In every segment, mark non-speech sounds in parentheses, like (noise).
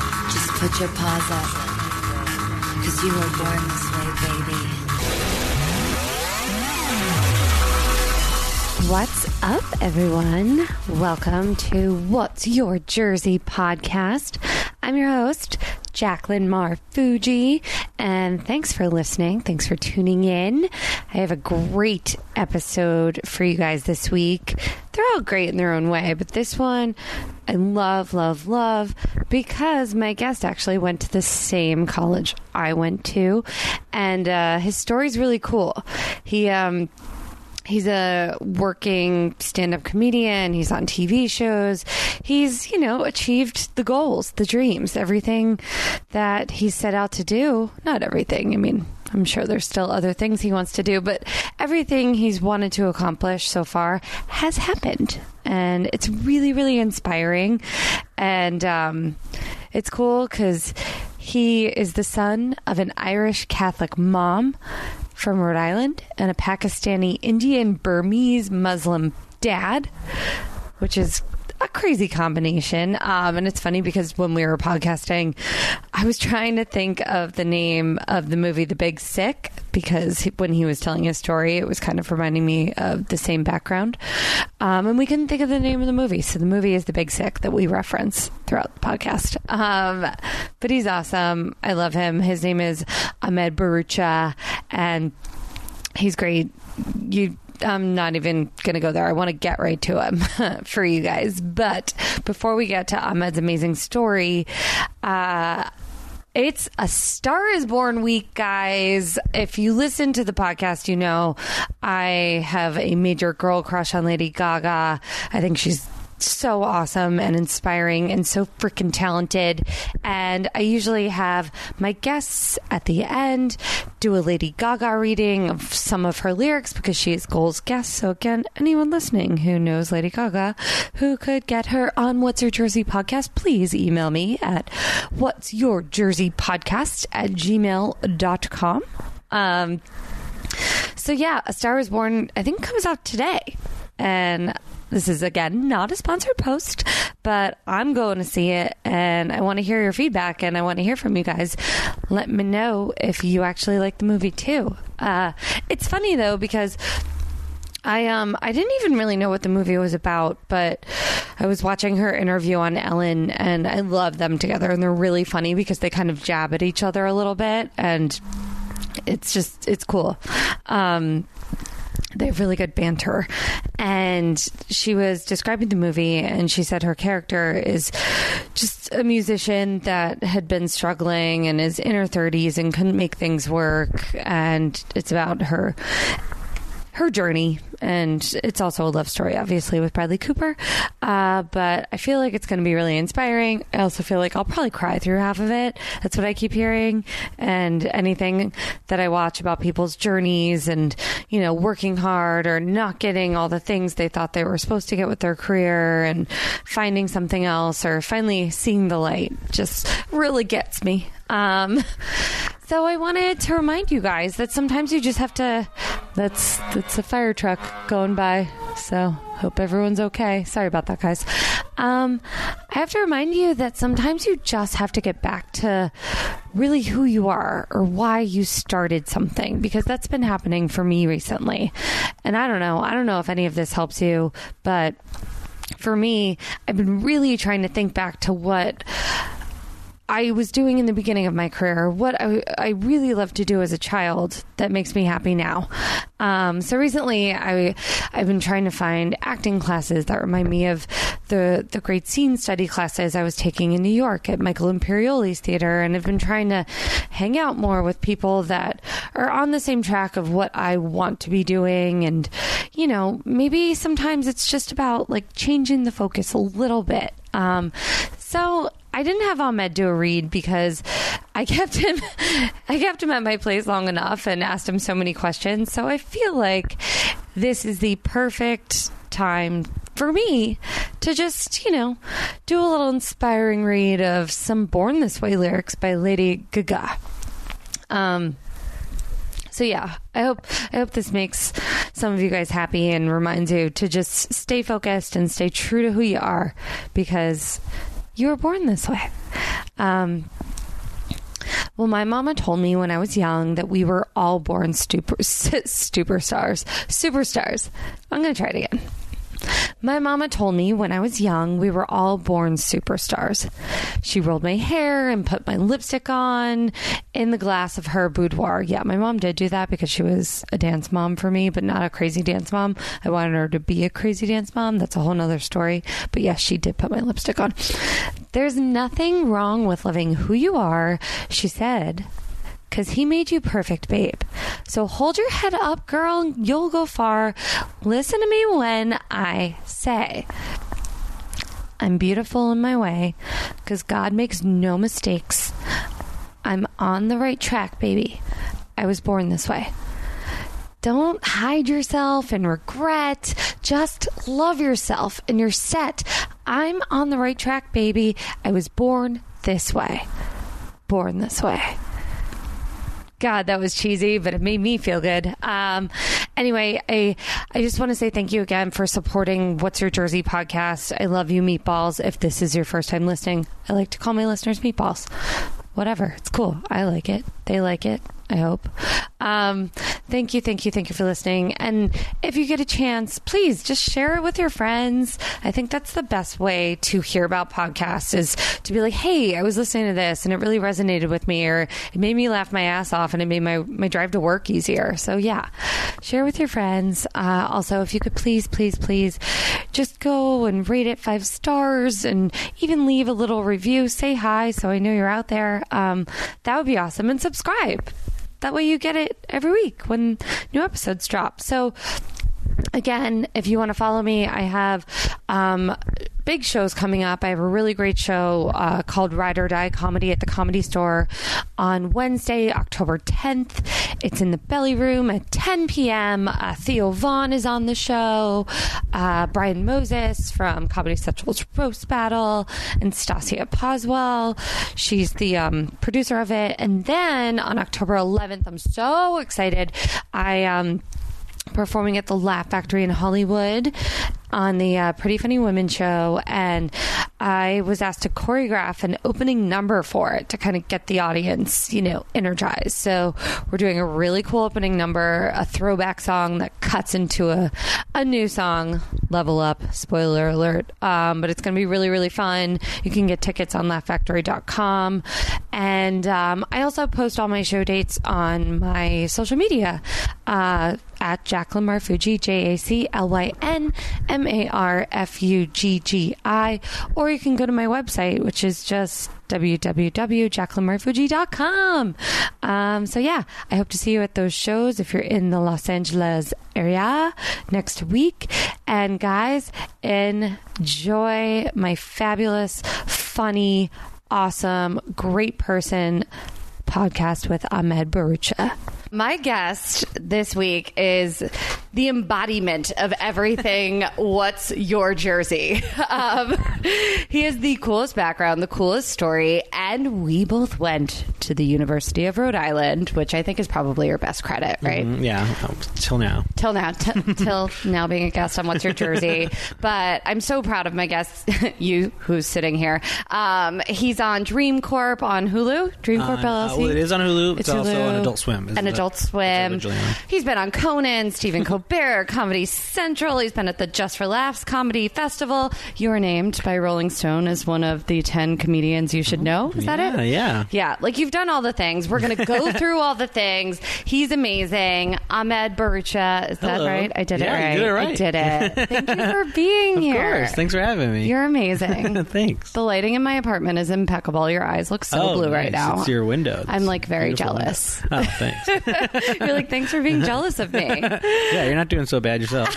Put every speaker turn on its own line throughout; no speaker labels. Put your paws up. Cause you were born this way, baby.
What's up, everyone? Welcome to What's Your Jersey podcast. I'm your host, Jacqueline Mar Fuji, and thanks for listening. Thanks for tuning in. I have a great episode for you guys this week. They're all great in their own way, but this one I love, love, love because my guest actually went to the same college I went to, and uh, his story's really cool. He, um, He's a working stand up comedian. He's on TV shows. He's, you know, achieved the goals, the dreams, everything that he set out to do. Not everything. I mean, I'm sure there's still other things he wants to do, but everything he's wanted to accomplish so far has happened. And it's really, really inspiring. And um, it's cool because he is the son of an Irish Catholic mom from Rhode Island and a Pakistani Indian Burmese Muslim dad, which is a crazy combination. Um, and it's funny because when we were podcasting, I was trying to think of the name of the movie The Big Sick because he- when he was telling his story, it was kind of reminding me of the same background. Um, and we couldn't think of the name of the movie. So the movie is The Big Sick that we reference throughout the podcast. Um, but he's awesome. I love him. His name is Ahmed Barucha. And he's great. You, I'm not even gonna go there. I want to get right to him (laughs) for you guys. But before we get to Ahmed's amazing story, uh, it's a Star is Born week, guys. If you listen to the podcast, you know I have a major girl crush on Lady Gaga. I think she's so awesome and inspiring and so freaking talented. And I usually have my guests at the end do a Lady Gaga reading of some of her lyrics because she is Gold's guest. So, again, anyone listening who knows Lady Gaga who could get her on What's Your Jersey podcast, please email me at what's your jersey podcast at gmail.com. Um, so, yeah, A Star is Born, I think, comes out today. And this is again not a sponsored post, but I'm going to see it and I want to hear your feedback and I want to hear from you guys. Let me know if you actually like the movie too. Uh, it's funny though because I um I didn't even really know what the movie was about, but I was watching her interview on Ellen and I love them together and they're really funny because they kind of jab at each other a little bit and it's just it's cool. Um they have really good banter. And she was describing the movie, and she said her character is just a musician that had been struggling and is in her 30s and couldn't make things work. And it's about her her journey and it's also a love story obviously with bradley cooper uh, but i feel like it's going to be really inspiring i also feel like i'll probably cry through half of it that's what i keep hearing and anything that i watch about people's journeys and you know working hard or not getting all the things they thought they were supposed to get with their career and finding something else or finally seeing the light just really gets me um, so I wanted to remind you guys that sometimes you just have to. That's that's a fire truck going by. So hope everyone's okay. Sorry about that, guys. Um, I have to remind you that sometimes you just have to get back to really who you are or why you started something because that's been happening for me recently. And I don't know. I don't know if any of this helps you, but for me, I've been really trying to think back to what. I was doing in the beginning of my career, what I, I really loved to do as a child that makes me happy now. Um, so recently, I I've been trying to find acting classes that remind me of the the great scene study classes I was taking in New York at Michael Imperioli's theater, and I've been trying to hang out more with people that are on the same track of what I want to be doing, and you know maybe sometimes it's just about like changing the focus a little bit. Um, so I didn't have Ahmed do a read because I kept (laughs) him I kept him at my place long enough and asked him so many questions. So I feel like this is the perfect time for me to just, you know, do a little inspiring read of some Born This Way lyrics by Lady Gaga. Um so yeah, I hope I hope this makes some of you guys happy and reminds you to just stay focused and stay true to who you are because you were born this way. Um, Well, my mama told me when I was young that we were all born super, (laughs) superstars. Superstars. I'm going to try it again. My mama told me when I was young we were all born superstars. She rolled my hair and put my lipstick on in the glass of her boudoir. Yeah, my mom did do that because she was a dance mom for me, but not a crazy dance mom. I wanted her to be a crazy dance mom. That's a whole nother story. But yes, she did put my lipstick on. There's nothing wrong with loving who you are, she said because he made you perfect, babe. So hold your head up, girl. You'll go far. Listen to me when I say. I'm beautiful in my way because God makes no mistakes. I'm on the right track, baby. I was born this way. Don't hide yourself and regret. Just love yourself and you're set. I'm on the right track, baby. I was born this way. Born this way. God, that was cheesy, but it made me feel good. Um, anyway, I I just want to say thank you again for supporting What's Your Jersey podcast. I love you, meatballs. If this is your first time listening, I like to call my listeners meatballs. Whatever, it's cool. I like it. They like it. I hope. Um, thank you, thank you, thank you for listening. And if you get a chance, please just share it with your friends. I think that's the best way to hear about podcasts is to be like, hey, I was listening to this and it really resonated with me, or it made me laugh my ass off and it made my, my drive to work easier. So, yeah, share with your friends. Uh, also, if you could please, please, please just go and rate it five stars and even leave a little review. Say hi so I know you're out there. Um, that would be awesome. And subscribe. That way you get it every week when new episodes drop. So, again, if you want to follow me, I have um, big shows coming up. I have a really great show uh, called Ride or Die Comedy at the Comedy Store on Wednesday, October 10th. It's in the Belly Room at 10 p.m. Uh, Theo Vaughn is on the show, uh, Brian Moses from Comedy Central's Roast Battle, and Stasia Poswell. She's the um, producer of it. And then on October 11th, I'm so excited. I. Um, performing at the Laugh Factory in Hollywood on the uh, Pretty Funny Women show, and I was asked to choreograph an opening number for it to kind of get the audience, you know, energized. So we're doing a really cool opening number, a throwback song that cuts into a a new song, Level Up. Spoiler alert! Um, but it's going to be really really fun. You can get tickets on LaughFactory.com, and um, I also post all my show dates on my social media. Uh, at Jacqueline Marfuji, J A C L Y N M A R F U G G I, or you can go to my website, which is just www.jacquelinemarfuji.com. Um, so, yeah, I hope to see you at those shows if you're in the Los Angeles area next week. And, guys, enjoy my fabulous, funny, awesome, great person podcast with Ahmed Barucha.
My guest this week is the embodiment of
(laughs)
everything. What's your jersey? Um, he has the coolest background, the coolest story, and we both went to the University of Rhode Island, which I think is probably your best credit, right?
Mm, yeah, oh, till now.
Till now,
(laughs)
t- till now being a guest on What's Your Jersey. but I'm so proud of my guest, (laughs) you who's sitting here. Um, he's on Dream Corp on Hulu. Dream Corp
Uh,
LLC.
well, it is on Hulu. It's,
It's
also
Hulu.
on Adult Swim.
An
isn't it?
Adult
It's
Swim.
originally on.
He's been on Conan, Stephen Colbert, Comedy Central. He's been at the Just for Laughs Comedy Festival. You were named by Rolling Stone as one of the 10 comedians you should know. Is that
Oh, Yeah,
it?
yeah.
Yeah. Like you've done all the things. We're going to
(laughs)
go through all the things. He's amazing. Ahmed Barucha. Is that
Hello.
right? I did
Yeah, you
it
did it
right.
right.
I
(laughs)
did it. Thank you for being
Of
here.
course. Thanks for having me.
You're amazing.
(laughs) Thanks.
The lighting in my apartment is impeccable. Your eyes look so
oh,
blue right
nice.
now.
It's your window.
I'm, like,
It's
very
beautiful
jealous.
window. Oh, thanks.
(laughs) You're like, thanks for being jealous of
(laughs)
me.
yeah, you're not doing so
(laughs)
bad yourself.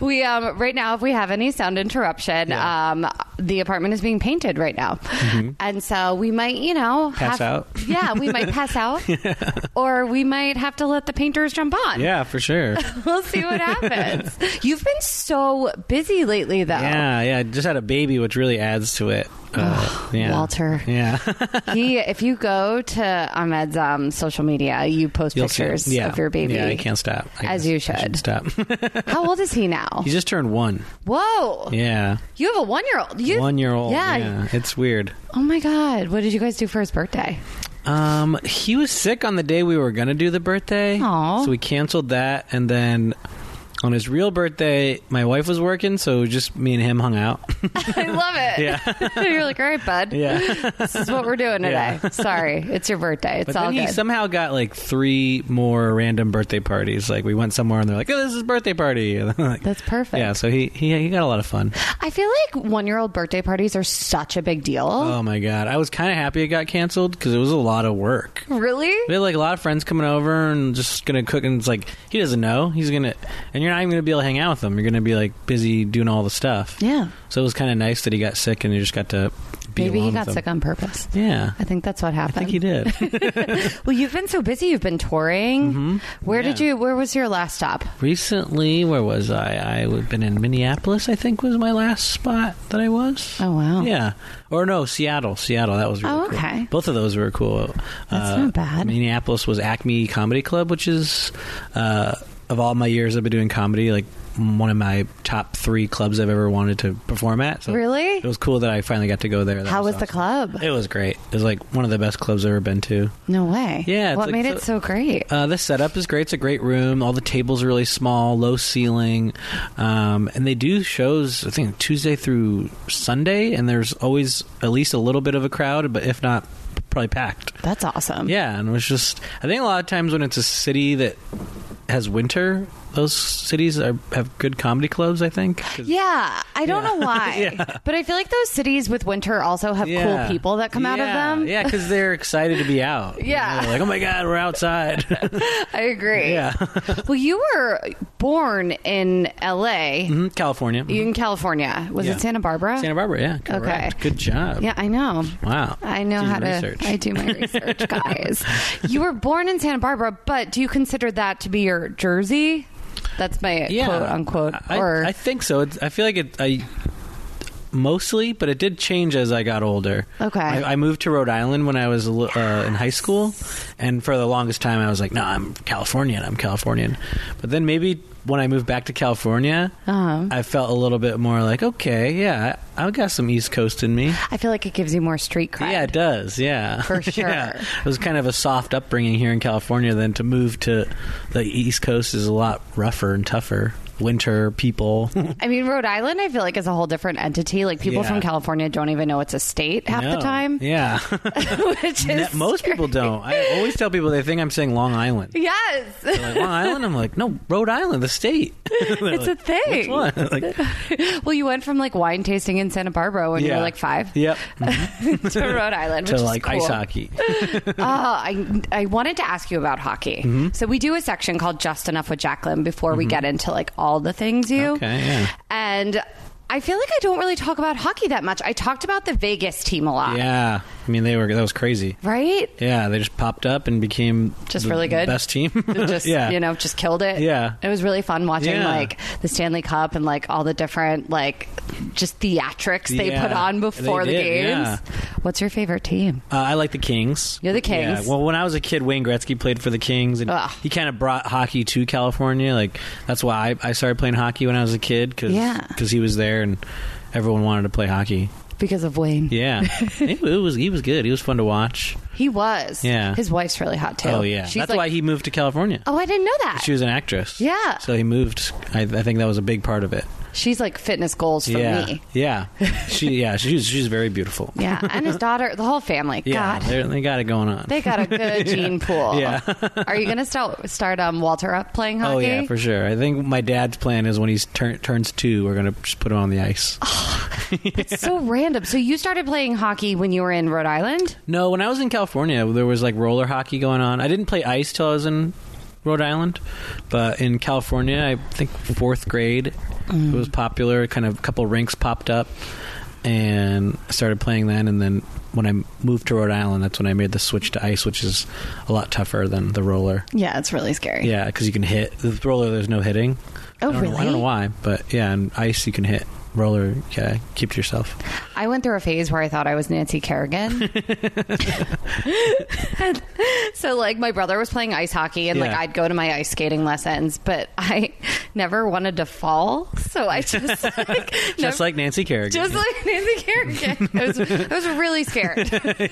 We um right now, if we have any sound interruption,
Yeah. Mm-hmm.
um the apartment is being painted right now, and so we might, you know, have-
Pass out.
Yeah, we might pass
(laughs)
out, or we might have to let the painters jump on.
Yeah, for sure. (laughs)
We'll see what
(laughs)
happens. You've been so busy lately, though.
Yeah, yeah. Just had a baby, which really adds to it. Uh, yeah.
Walter. (laughs)
Yeah.
He, if you go to Ahmed's um, social media, you post
You'll see it.
pictures
Yeah.
of your baby.
Yeah, I can't stop. stop. I
As
guess
you
I
should.
should stop.
(laughs)
(laughs)
How old is he now?
he just turned one.
Whoa.
Yeah,
You have a one year old. You
one year old.
Yeah.
it's weird.
Oh my God. What did you guys do for his
(laughs)
birthday?
Um, he was sick on the day we were gonna do the birthday,
Aw.
so we canceled that, and then. On his real birthday, my wife was working, so just me and him hung out.
I love it. Yeah. (laughs) You're like, all right, bud.
(laughs) Yeah.
This is what we're doing today.
Yeah. (laughs)
Sorry. It's your birthday. It's
But
all
then he
good.
somehow got like three more random birthday parties. Like we went somewhere and they're like, "Oh, this is birthday party." (laughs) And I'm like-
That's perfect.
Yeah, so he, he he got a lot of fun.
I feel like one year old birthday parties are such a big deal.
Oh my god, I was kind of happy it got canceled because it was a lot of work.
really?
We had like a lot of friends coming over and just gonna cook, and it's like he doesn't know he's gonna, and you're not even gonna be able to hang out with him. You're gonna be like busy doing all the stuff.
Yeah.
So it was kind of nice that he got sick and you just got to be
Maybe he
along
got
with him.
sick on purpose.
Yeah,
I think that's what
I
happened.
think he did.
(laughs) Well, you've been so busy. You've been touring. Where did
Yeah.
you? Where was your last stop?
Recently, where was I? I would been in Minneapolis. I think was my last spot that I was.
Oh, wow.
Yeah, or no, Seattle. Seattle. That was really
Oh,
cool.
okay.
Both of those were cool. Uh,
That's not bad.
Minneapolis was Acme Comedy Club, which is uh, of all my years I've been doing comedy, like m- one of my top three clubs I've ever wanted to perform at. So
Really?
it was cool that I finally got to go there. That
How was the
awesome.
club?
It was great. It was like one of the best clubs I've ever been to.
No way.
Yeah, it's
What
like
made
so-
it so great?
Uh, the setup is great. It's a great room. All the tables are really small, low ceiling, um, and they do shows. I think Tuesday through Sunday, and there's always at least a little bit of a crowd, but if not, probably packed.
That's awesome.
Yeah, and it was just. I think a lot of times when it's a city that has winter, those cities are, have good comedy clubs. I think. 'Cause-
Yeah, I don't
(laughs)
know why, but I feel like those cities with winter also have
Yeah.
cool people that come out of
Yeah.
them.
Yeah, because they're excited to be out. You
Yeah.
know, like oh my god,
(laughs)
we're outside.
I agree.
(laughs) yeah, (laughs)
Well, you were born in L.A.
Mhm, California.
You in California? Was
Yeah.
it Santa Barbara?
Santa Barbara, yeah. Correct.
Okay.
Good job.
yeah, I know.
Wow.
I know
Did
how to.
research.
I do my
(laughs)
research, guys. you were born in Santa Barbara, but do you consider that to be your Jersey? That's my
Yeah.
quote unquote.
I,
or
I think so. It's, I feel like it. I mostly, but it did change as I got older.
Okay.
I, I moved to Rhode Island when I was a li- uh, in high school, and for the longest time I was like, "No, I'm Californian. I'm Californian." But then maybe when I moved back to California,
Uh-huh.
I felt a little bit more like, "Okay, yeah, I, I've got some East Coast in me."
I feel like it gives you more street cred.
Yeah, it does. (laughs) Yeah,
For sure.
yeah. It was kind of a soft upbringing here in California. Then to move to the East Coast is a lot rougher and tougher. Winter people.
I mean, Rhode Island, I feel like is a whole different entity. Like people
Yeah.
from California don't even know it's a state half the
No.
time, (laughs)
Yeah, (laughs)
which is
That- most people don't. I always tell people they think I'm saying Long Island.
yes. (laughs)
They're like, Long Island? I'm like, no, Rhode Island, the state. it's
It's a thing.
one. Like,
(laughs) Well, you went from like wine tasting in Santa Barbara when you
Yeah.
were like
(laughs)
five (laughs)
yep.
to Rhode Island,
to
which
like
is cool. (laughs)
ice hockey.
Oh, I I wanted to ask you about hockey.
Mm-hmm.
So we do a section called Just Enough with Jacqueline before we get into like all the things you.
Okay, yeah.
And I feel like I don't really talk about hockey that much. I talked about the Vegas team a lot,
Yeah. I mean, they were, that was crazy. (laughs)
right?
Yeah, they just popped up and became
Just
the
really good.
Best team.
Just
(laughs) yeah.
you know, just killed it.
Yeah.
it was really fun watching
Yeah.
like the Stanley Cup and like all the different like just theatrics they
Yeah,
put on before
they
the
did,
games.
yeah.
What's your favorite team?
Uh, I like the Kings.
You're the Kings.
Yeah. Well, when I was a kid, Wayne Gretzky played for the Kings, and
Ugh.
he kind of brought hockey to California. Like that's why I, I started playing hockey when I was a kid because
Yeah.
he was there and everyone wanted to play hockey.
Because of Wayne, (laughs)
Yeah, it, it was he was good. He was fun to watch.
he was.
Yeah.
his wife's really hot too.
Oh yeah,
She's
that's
like-
why he moved to California.
Oh, I didn't know that.
She was an actress.
Yeah.
So he moved. I, I think that was a big part of it.
She's like fitness goals for
yeah.
me.
Yeah. She. Yeah. She's. She's very beautiful.
Yeah, and his daughter, the whole family.
Yeah.
God,
they're- They got it going on.
they got a good gene pool.
(laughs) Yeah.
Are you gonna start start um, Walter up playing hockey?
Oh yeah, for sure. I think my dad's plan is when he tur- turns two, we're gonna just put him on the ice.
It's so random. So you started playing hockey when you were in Rhode Island?
No, when I was in California, there was like roller hockey going on. I didn't play ice till I was in Rhode Island, but in California, I think fourth grade, it was popular. Kind of a couple rinks popped up, and I started playing then. And then when I moved to Rhode Island, that's when I made the switch to ice, which is a lot tougher than the roller.
Yeah, it's really scary.
Yeah, because you can hit the roller. There's no hitting.
Oh,
I don't know- I
really?
don't know why, but yeah, and ice you can hit. roller. Yeah, keep to
(laughs)
yourself.
I went through a phase where I thought I was Nancy
(laughs)
Kerrigan. (laughs) so like my brother was playing ice hockey and like
Yeah.
I'd go to my ice skating lessons, but I (laughs) never wanted to fall. So
(laughs)
I just like
Just
never-
like Nancy Kerrigan.
just like (laughs) Nancy Kerrigan. I was, I was really
(laughs)
scared. I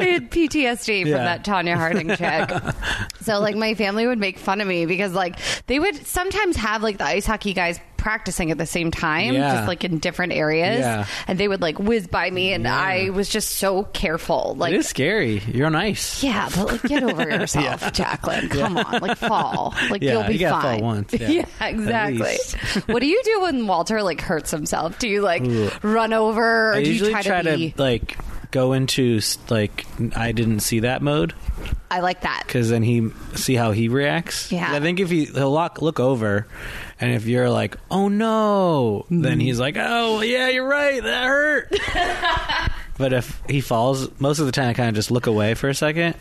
had PTSD
Yeah.
from that Tanya Harding check. so like my family would make fun of me because like they would sometimes have like the ice hockey guys practicing at the same time,
Yeah.
just like in different areas,
Yeah.
and they would like whiz by me, and I was just so careful. Like
it is scary. You're on ice.
yeah, but like get
(laughs)
over yourself, Jacqueline. Come on, like fall. Like
Yeah,
you'll be
you gotta fall
fine. (laughs)
once, yeah. At
exactly.
least.
what do you do when Walter like hurts himself? Do you like run over or
I
do
usually
you try,
try,
to,
to,
be
like go into s- like I didn't see that mode
I like that.
because then he see how he reacts.
Yeah.
I think if he he'll look look over, and if you're like, oh no,
Mm-hmm.
then he's like, oh yeah, you're right, that hurt.
(laughs)
but if he falls, most of the time I kind of just look away for a second,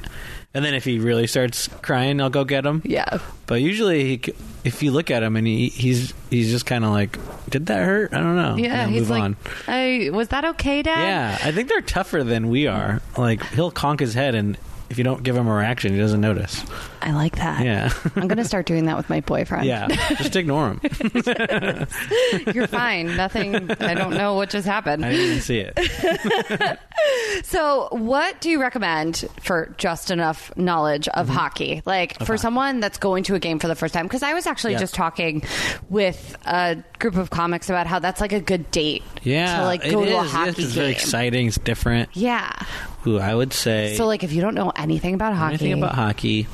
and then if he really starts crying, I'll go get him.
Yeah.
But usually, he, c- if you look at him and he, he's he's just kind of like, did that hurt? I don't know.
Yeah,
And then
he's
move
like,
on.
"I- was that okay, Dad?
Yeah, I think they're tougher than we are. Like he'll conk his head, and if you don't give him a reaction, he doesn't notice.
I like that.
Yeah, (laughs)
I'm gonna start doing that with my boyfriend.
yeah. Just ignore him.
You're fine. Nothing. I don't know what just happened.
I didn't even see
(laughs)
it.
So, what do you recommend for just enough knowledge of
Mm-hmm.
hockey? Like for someone that's going to a game for the first time? Because I was actually
Yeah.
just talking with a group of comics about how that's like a good date.
Yeah,
to like
it
go to a
is.
hockey
Yes, it's
game.
very exciting. It's different.
Yeah.
Ooh, I would say.
So, like if you don't know anything about hockey,
anything about hockey?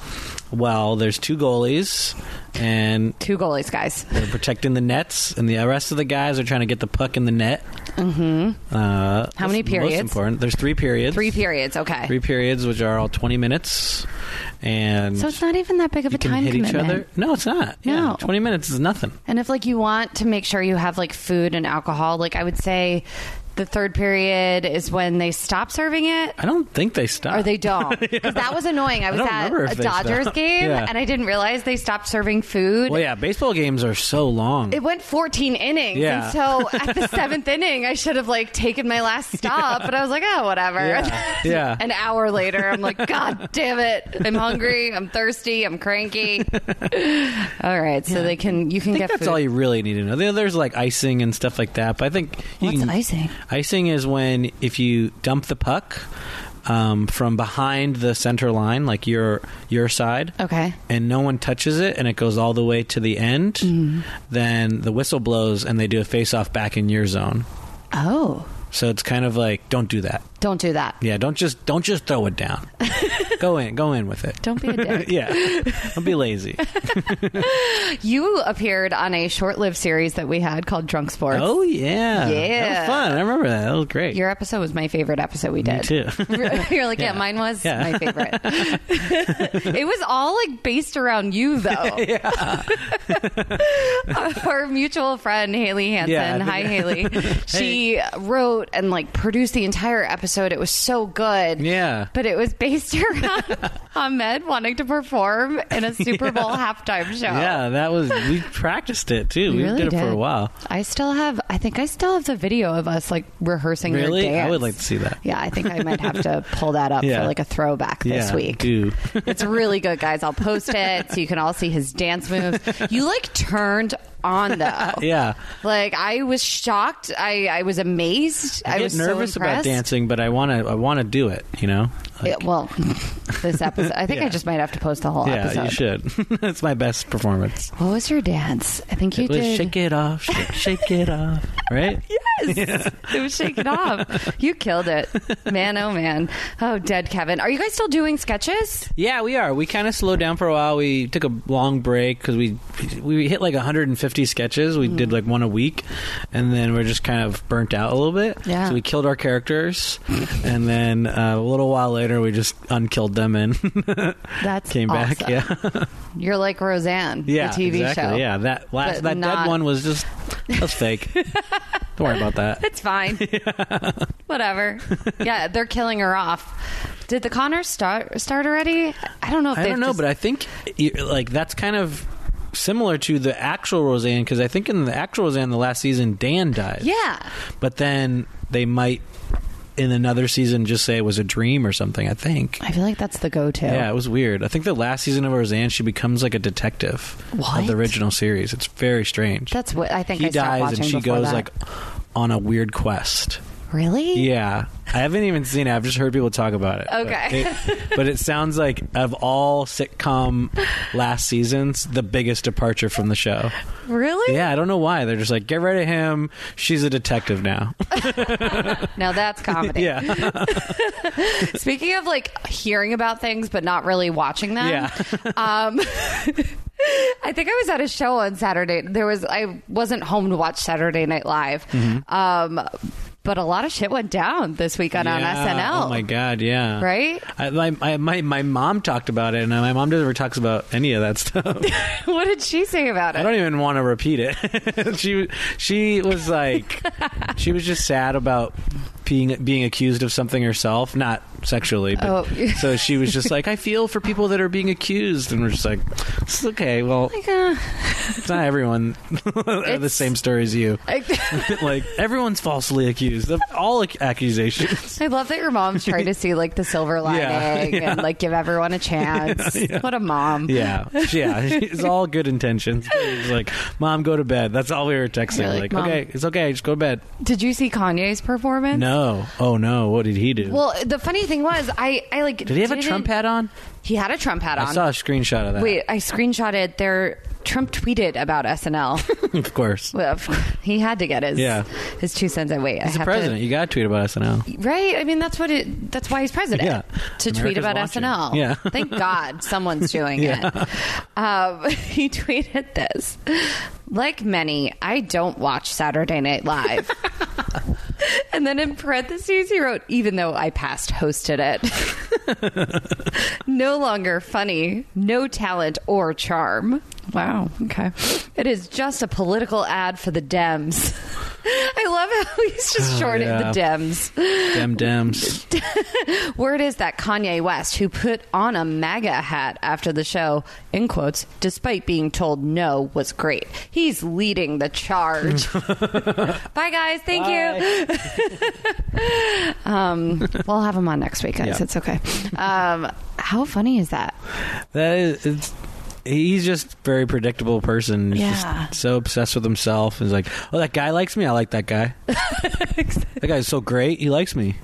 Well, there's two goalies, and
two goalies, guys.
they're protecting the nets, and the rest of the guys are trying to get the puck in the net. Mm-hmm. Uh,
How many
that's
periods?
Most important. There's three periods.
Three periods. Okay.
Three periods, which are all 20 minutes, and
so it's not even that big of a
you can
time
hit
commitment.
each other. No, it's not.
No.
yeah, 20 minutes is nothing.
And if like you want to make sure you have like food and alcohol, like I would say the third period is when they stop serving it.
I don't think they stop.
Or they
(laughs)
don't. Because that was annoying. I was
don't remember
at
if
a
they
Dodgers
stopped.
game
Yeah.
and I didn't realize they stopped serving food.
Well, yeah, baseball games are so long.
It went 14 innings.
Yeah.
And
(laughs)
so at the seventh inning, I should have like taken my last stop, but I was like, oh, whatever. (laughs)
Yeah. Yeah.
An hour later, I'm like, God damn it. I'm hungry. I'm thirsty. I'm
(laughs)
cranky. All right. So they can, you can
I think
get
that's
food.
all you really need to know. There- There's like icing and stuff like that, but I think you
What's
can-
icing?
Icing is when if you dump the puck um, from behind the center line, like your your side,
Okay.
and no one touches it, and it goes all the way to the end,
Mm-hmm.
then the whistle blows and they do a face off back in your zone.
Oh,
So it's kind of like don't do that.
don't do that.
Yeah, don't just don't just throw
(laughs)
it down. go in, go in with it.
Don't be a
(laughs)
dick.
Yeah, don't
(laughs)
be lazy.
You appeared on a short-lived series that we had called Drunk Sports.
Oh yeah,
Yeah.
that was fun. I remember that. That was great.
Your episode was my favorite episode we
Me
did.
too.
(laughs) You're like, yeah,
Yeah.
mine was
Yeah.
my
(laughs)
favorite. it was all like based around you,
(laughs)
though. (laughs) Our mutual friend Haley Hansen,
Yeah, I think-
hi
(laughs)
Haley. She wrote and like produced the entire episode. It was so good.
Yeah.
but it was based (laughs) around Ahmed wanting to perform in a Super
(laughs)
Bowl halftime show.
yeah, that was. We practiced it too.
We
We
really
did it for a while.
I still have. I think I still have the video of us like rehearsing. your
Really,
dance.
I would like to see that.
Yeah, I think I might have
(laughs)
to pull that up
Yeah.
for like a throwback this
yeah,
week.
do.
(laughs) It's really good, guys. I'll post it so you can all see his dance moves. You like turned on though.
(laughs) Yeah,
Like I was shocked. I I was amazed. I,
I,
was
get
so
nervous about
impressed.
dancing, but I want to. I want to do it. You know. Like,
Yeah,
(laughs)
well, this episode. I think I
Yeah.
just might have to post the whole
yeah,
episode.
you should. (laughs) That's my best performance.
What was your dance? I think you
It was
did.
shake it off, shake, shake
(laughs)
it off. Right? (laughs)
Yes. It was Shake It Off. You killed it. Man, oh man. Oh, dead Kevin. Are you guys still doing sketches?
Yeah, we are. We kind of slowed down for a while. We took a long break because we we hit like 150 sketches. We
Mm.
did like one a week, and then we're just kind of burnt out a little bit.
Yeah.
So we killed our
(laughs)
characters, and then uh, a little while later, we just unkilled them and (laughs)
That's
came back.
awesome.
Yeah,
You're like Roseanne,
yeah,
the TV
exactly.
show.
Yeah, that last
But
that
not-
dead one was just
(laughs)
that's fake. Don't worry about that.
It's
(laughs)
fine. Whatever. Yeah, they're killing her off. Did the Connors start start already? I don't know if
I
they've
don't know,
just-
but I think like that's kind of similar to the actual Roseanne because I think in the actual Roseanne the last season Dan died.
Yeah.
But then they might in another season just say it was a dream or something. I think.
I feel like that's the go-to.
Yeah, it was weird. I think the last season of Roseanne she becomes like a detective
What?
of the original series. It's very strange.
That's what I think.
he
I stopped
dies
watching
and she
before
goes
that.
like on a weird quest.
really?
Yeah, I haven't even seen it. I've just heard people talk about it.
Okay.
but it, but it sounds like of all sitcom last seasons, the biggest departure from the show.
Really?
Yeah, I don't know why they're just like get rid of him. She's a detective now. (laughs)
Now that's comedy. (laughs)
yeah,
Speaking of like hearing about things but not really watching them.
Yeah.
um, I think I was at a show on Saturday. There was I wasn't home to watch Saturday Night Live.
Mm-hmm.
Um, but a lot of shit went down this weekend on
Yeah.
SNL.
Oh my god, yeah.
Right?
I, my, my my my mom talked about it, and my mom never talks about any of that stuff.
(laughs) what did she say about it?
I don't even want to repeat it. (laughs) she she
(laughs)
was like she was just sad about being being accused of something herself, not sexually, but
Oh.
so she was just like, I feel for people that are being accused, and we're just like, "It's okay, well, it's not everyone (laughs) had the
It's-
same story as you. (laughs)
I-
like everyone's falsely accused of all ac-
(laughs)
accusations.
(laughs) I love that your mom's trying to see like the silver lining
(laughs)
and like give everyone a chance. What a mom.
Yeah, yeah, it's all good intentions. It was like, mom, go to bed. That's all we were texting.
You're like,
like,
"Mom."
okay, it's okay, just go to bed.
Did you see Kanye's performance?
No. Oh no. What did he do?
Well, the funny thing was, I, I like.
did he have a Trump hat on?
He had a Trump hat on.
I saw a screenshot of that.
Wait, I screenshotted their Trump tweeted about
(laughs)
SNL.
(laughs) of course.
Well, (laughs) he had to get his
Yeah.
his two cents. I wait. I
He's the
have
president. You got to tweet
(laughs)
about SNL.
to right. I mean, that's what it. That's why he's president.
Yeah.
to
America's
tweet about
watching.
SNL.
Yeah.
(laughs) thank God someone's
(laughs)
doing it. Um, (laughs) he tweeted this. Like many, I don't watch Saturday Night
(laughs)
Live. and then in parentheses, he wrote, even though I past hosted it. (laughs) no longer funny, no talent or charm. Wow. Okay. It is just a political ad for the Dems. (laughs) I love how he's just
Oh,
shorting
yeah.
the Dems.
Dem Dems.
Word is that Kanye West, who put on a MAGA hat after the show, in quotes, despite being told no, was great. He's leading the
(laughs)
charge. Bye, guys. Thank you. um, we'll have him on next week, guys.
Yeah.
It's okay. Um, how funny is that?
That is. It's, he's just a very predictable person. He's
Yeah.
just so obsessed with himself. He's like, oh, that guy likes me. I like
(laughs)
that guy. that guy's so great. He likes me.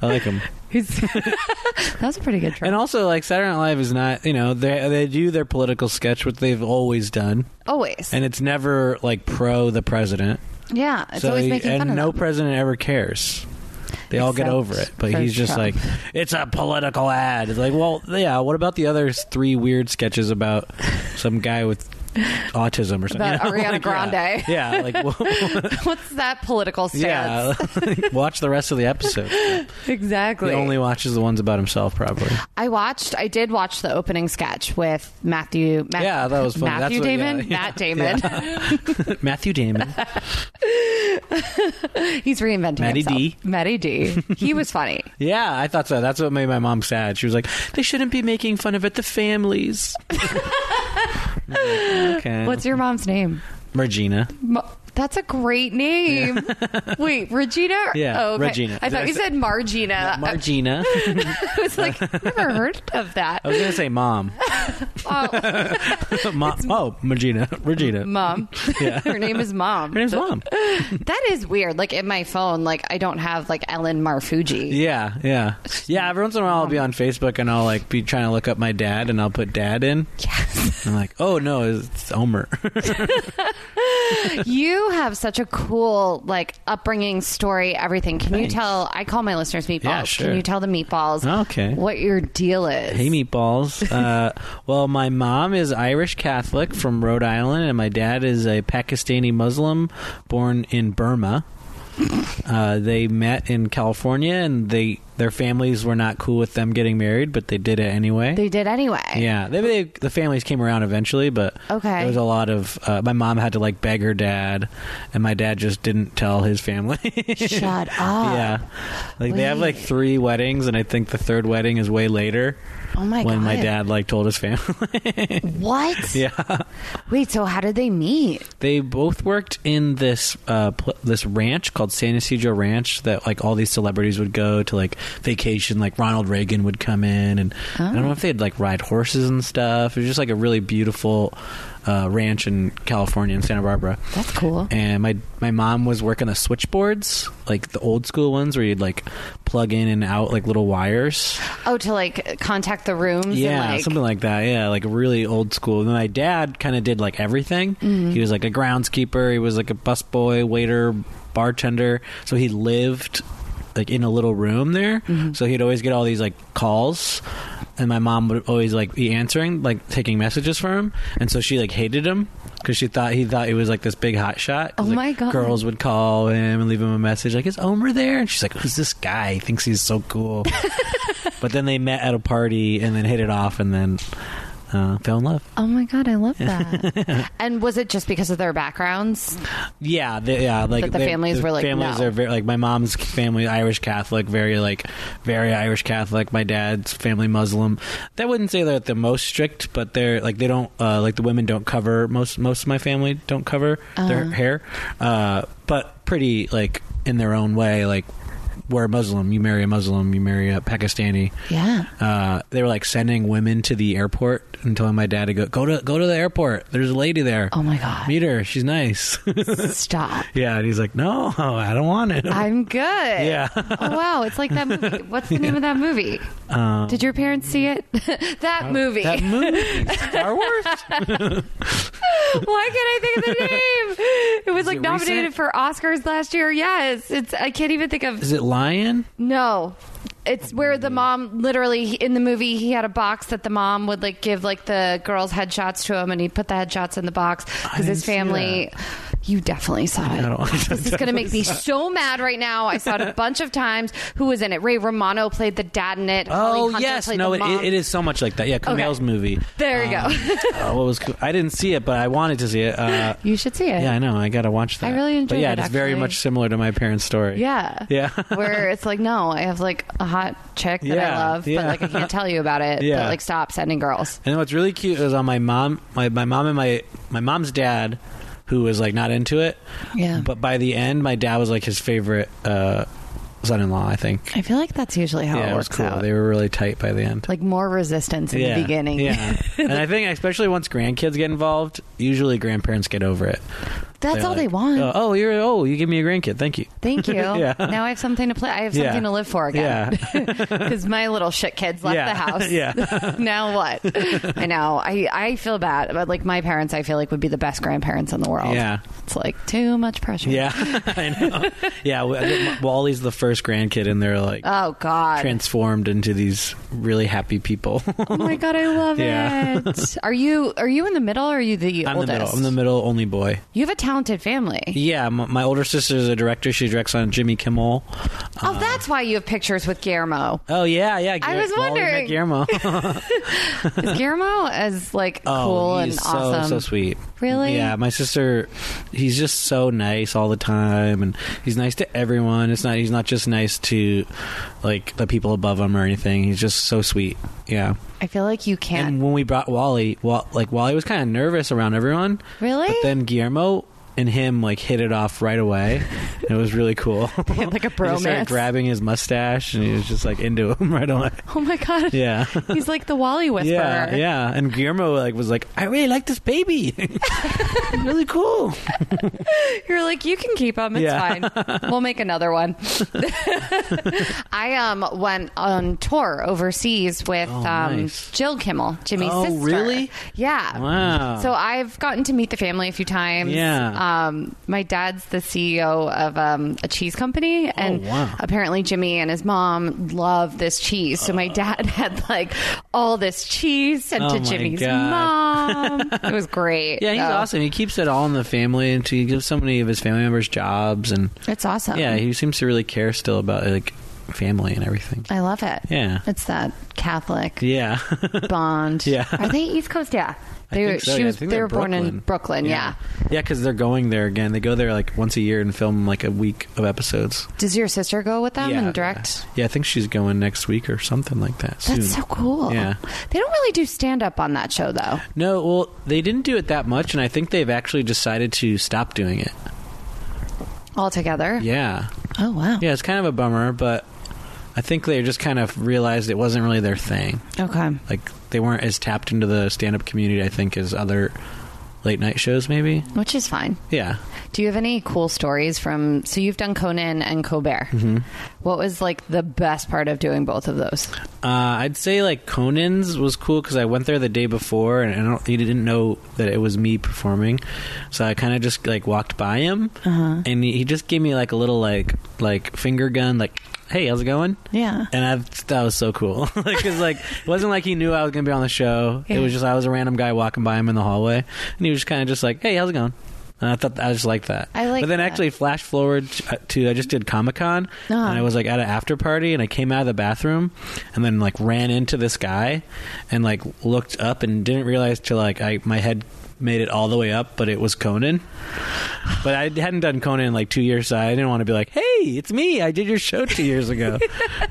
I
(laughs)
like him.
That was a pretty good try.
And also, like Saturday Night Live is not. You know, they they do their political sketch, which they've always done,
Always.
and it's never like pro the president.
yeah. It's
So
always
he-
making
and
fun of
no
them.
president ever cares. They all get
Except
over it, but
for
he's just
Trump.
like, it's a political ad. It's like, well, yeah. What about the other three weird sketches about some guy with autism or something? (laughs)
About Ariana
Like,
Grande.
Yeah,
(laughs)
yeah like, well,
What's that political stance?
yeah. Watch the rest of the episode.
Exactly.
He only watches the ones about himself, probably. (laughs)
I watched. I did watch the opening sketch with Matthew. Matt,
Yeah, that was funny.
Matthew
That's what-
Damon.
yeah, (laughs) yeah,
Matt Damon.
Matthew Damon.
He's reinventing
Matty
himself.
D.
Matty D. He was
(laughs)
funny.
Yeah, I thought so. That's what made my mom sad. She was like, they shouldn't be making fun of it. The families. (laughs) okay.
What's your mom's name?
Regina?
Ma- that's a great name. (laughs) Wait, Regina?
Yeah,
oh, okay.
Regina.
I thought you said Margina.
Margina.
(laughs) I was like, I've never heard of that.
(laughs) I was gonna say mom.
Oh,
Mom. Oh, Regina. Regina. (laughs)
mom. Her name is Mom.
Her name's mom.
That is weird. Like in my phone, like I don't have like Ellen Marfuji.
Yeah, yeah, yeah. Every once in a while, I'll be on Facebook and I'll like be trying to look up my dad, and I'll put dad in. Yes. I'm like, oh no, it's Omer.
(laughs)
(laughs)
You have such a cool like upbringing story, everything. Can
Thanks.
you tell? I call my listeners meatballs.
Yeah, sure.
Can you tell the meatballs?
Okay.
What your deal is?
hey, meatballs. Uh, well, my mom is Irish Catholic from Rhode Island, and my dad is a Pakistani Muslim born in Burma. Uh, they met in California, and they their families were not cool with them getting married, but they did it anyway.
They did anyway.
Yeah, they, they, the families came around eventually, but
Okay.
there was a lot of. Uh, my mom had to like beg her dad, and my dad just didn't tell his family.
Shut up.
(laughs) yeah, like they have like
Wait.
three weddings, and I think the third wedding is way later.
Oh my
when my
God.
dad like told his family.
What?
(laughs) yeah,
Wait, so how did they meet?
they both worked in this uh, pl- this ranch called San Isidro Ranch that like all these celebrities would go to like vacation. Like Ronald Reagan would come in, and I don't know if they'd like ride horses and stuff. It was just like a really beautiful uh, ranch in California in Santa Barbara.
That's cool.
and my my mom was working the switchboards, like the old school ones where you'd like plug in and out like little wires.
Oh, to like contact the rooms.
Yeah,
and, like,
something like that. Yeah, like really old school. And then my dad kind of did like everything.
Mm-hmm.
He was like a groundskeeper. He was like a busboy, waiter, bartender. So he lived like in a little room there.
Mm-hmm.
So he'd always get all these like calls. And my mom would always like be answering, like taking messages from him, and so she like hated him because she thought he thought he was like this big hot shot. 'Cause,
Oh
like,
my God.
Girls would call him and leave him a message like, "Is Omer there?" And she's like, "Who's this guy? He thinks he's so
(laughs)
cool." But then they met at a party and then hit it off and then uh, fell in love.
Oh my god, I love
(laughs)
that. and was it just because of their backgrounds?
Yeah, they, yeah. Like
But the
they-
families
the
were like,
families
no.
are very like my mom's family Irish Catholic, very like very Irish Catholic. My dad's family Muslim. They wouldn't say they're the most strict, but they're like they don't uh, like the women don't cover most most of my family don't cover their
Uh-huh.
hair, uh, but pretty like in their own way like. We're Muslim. You marry a Muslim. You marry a Pakistani.
Yeah.
uh, they were like sending women to the airport and telling my dad to go go to go to the airport. There's a lady there.
Oh my god.
Meet her. She's nice.
Stop.
yeah, and he's like, no, I don't want it.
I'm good.
(laughs) yeah,
Oh wow, it's like that
(laughs)
movie. What's the name of that movie?
Um,
Did your parents see it? (laughs) that movie. (laughs)
that movie Star Wars.
Why can't I think of
(laughs)
the name? It was like
it
nominated
recent?
for Oscars last year. Yes, it's. I can't even think of.
(laughs) Is it Lion?
No. It's where the mom literally in the movie he had a box that the mom would like give like the girls headshots to him and he put the headshots in the box because
didn't
his
see
family you definitely saw it.
don't- (laughs) I
this (laughs) is going to make me so mad right now. I saw it a bunch of times. Who was in it? Ray Romano played the dad in it. Holly
Oh
Hunter
yes,
played
no,
the
it,
mom.
it is so much like that. Yeah, Kumail's movie.
There you (laughs) go.
uh, what was I didn't see it, but I wanted to see it. Uh,
You should see it.
yeah, I know. I gotta watch that.
I really
But
enjoyed
yeah,
it,
it's very
actually.
much similar to my parents' story.
Yeah.
Yeah. (laughs)
Where it's like, no, I have like a hot chick that
Yeah,
I love,
yeah.
but like I can't tell you about it.
(laughs) Yeah.
But like stop sending girls.
And what's really cute is on my mom, my, my mom and my my mom's dad, who was like not into it.
Yeah.
But by the end, my dad was like his favorite uh, son-in-law. I think.
I feel like that's usually how
yeah,
it
it was
works
cool.
out.
They were really tight by the end.
like more resistance in
yeah,
the beginning.
Yeah, and I think especially once grandkids get involved, usually grandparents get over it.
(laughs) That's
They're
all they
like,
want.
Oh, oh, you're oh, you give me a grandkid. Thank you.
Thank you.
(laughs) Yeah.
Now I have something to play. I have
Yeah.
something to live for again.
(laughs)
Because my little shit kids (laughs) left
Yeah.
the house.
Yeah.
(laughs) now
(laughs)
what? I know. I, I feel bad. But like my parents, I feel like would be the best grandparents in the world.
Yeah.
It's like too much pressure.
Yeah, (laughs) I know. Yeah, w- I think Wally's the first grandkid, and they're like
Oh God.
transformed into these really happy people. (laughs)
oh my God, I love
Yeah.
it.
(laughs)
Are you are you in the middle or are you the
I'm the
oldest?
middle. I'm the middle only boy.
you have a talented family.
Yeah, m- my older sister is a director. She directs on Jimmy Kimmel. Uh-huh.
oh, that's why you have pictures with Guillermo.
Oh yeah, yeah.
I
Guillermo-
was
Wally
wondering.
Guillermo.
(laughs)
(laughs)
Is Guillermo as like
oh,
cool and
he's so
awesome?
so sweet.
Really?
Yeah, my sister. He's just so nice all the time, and he's nice to everyone. It's not. He's not just nice to like the people above him or anything. He's just so sweet. Yeah.
I feel like you can't.
And when we brought Wally, Wa- like Wally was kind of nervous around everyone.
Really?
But then Guillermo and him like hit it off right away. it was
(laughs)
really cool.
had, like, a
(laughs) He just started
bromance.
grabbing his mustache, and he was just like into him (laughs) right away.
(laughs) oh my god.
Yeah.
He's like the Wally whisperer.
Yeah, yeah, and Guillermo like was like, I really like this baby, (laughs) really cool.
You're like, you can keep him. It's
Yeah. (laughs)
fine. We'll make another one. I um went on tour overseas with
Oh,
um,
nice.
Jill Kimmel, Jimmy's
Oh,
sister.
really?
Yeah.
Wow.
So I've gotten to meet the family a few times.
Uh. Yeah.
Um, my dad's the CEO of um, a cheese company, and
Oh, wow.
apparently Jimmy and his mom love this cheese. So my dad (laughs) had like all this cheese sent
Uh. Oh,
to
my
Jimmy's
God. (laughs)
mom. It was great. Oh,
Yeah, he's
So,
awesome. He keeps it all in the family, and he gives so many of his family members jobs, and
It's awesome.
yeah, he seems to really care still about like family and everything.
I love it.
Yeah.
It's that Catholic
Yeah. (laughs)
bond.
Yeah.
Are they East Coast? Yeah.
I
They were,
think so,
she
yeah. I
was,
think
they
they're
were born in Brooklyn. Yeah.
Yeah, because they're going there again. They go there like once a year and film like a week of episodes.
Does your sister go with them
yeah,
and Um, direct?
Yeah. Yeah, I think she's going next week or something like that. soon.
That's so cool.
Yeah.
They don't really do stand up on that show, though.
No, well, they didn't do it that much, and I think they've actually decided to stop doing it.
All together.
Yeah.
Oh, wow.
Yeah, it's kind of a bummer, but I think they just kind of realized it wasn't really their thing.
Okay.
Like, they weren't as tapped into the stand up community, I think, as other late night shows, maybe.
Which is fine.
Yeah.
Do you have any cool stories from? So you've done Conan and Colbert.
Mm-hmm.
What was like the best part of doing both of those?
Uh, I'd say like Conan's was cool because I went there the day before and I don't, he didn't know that it was me performing, so I kind of just like walked by him
Uh-huh.
and he, he just gave me like a little like like finger gun like hey how's it going
Yeah.
and I that was so cool (laughs) because like it wasn't like he knew I was gonna be on the show
Yeah.
it was just I was a random guy walking by him in the hallway and he was kind of just like hey how's it going. And I thought I just like that.
I like
But then
that.
actually, flash forward to, to I just did Comic Con,
Ah.
and I was like at an after party, and I came out of the bathroom, and then like ran into this guy, and like looked up and didn't realize till like I my head made it all the way up, but it was Conan. But I hadn't done Conan in like two years, so I didn't want to be like, "Hey, it's me! I did your show two
(laughs)
years ago."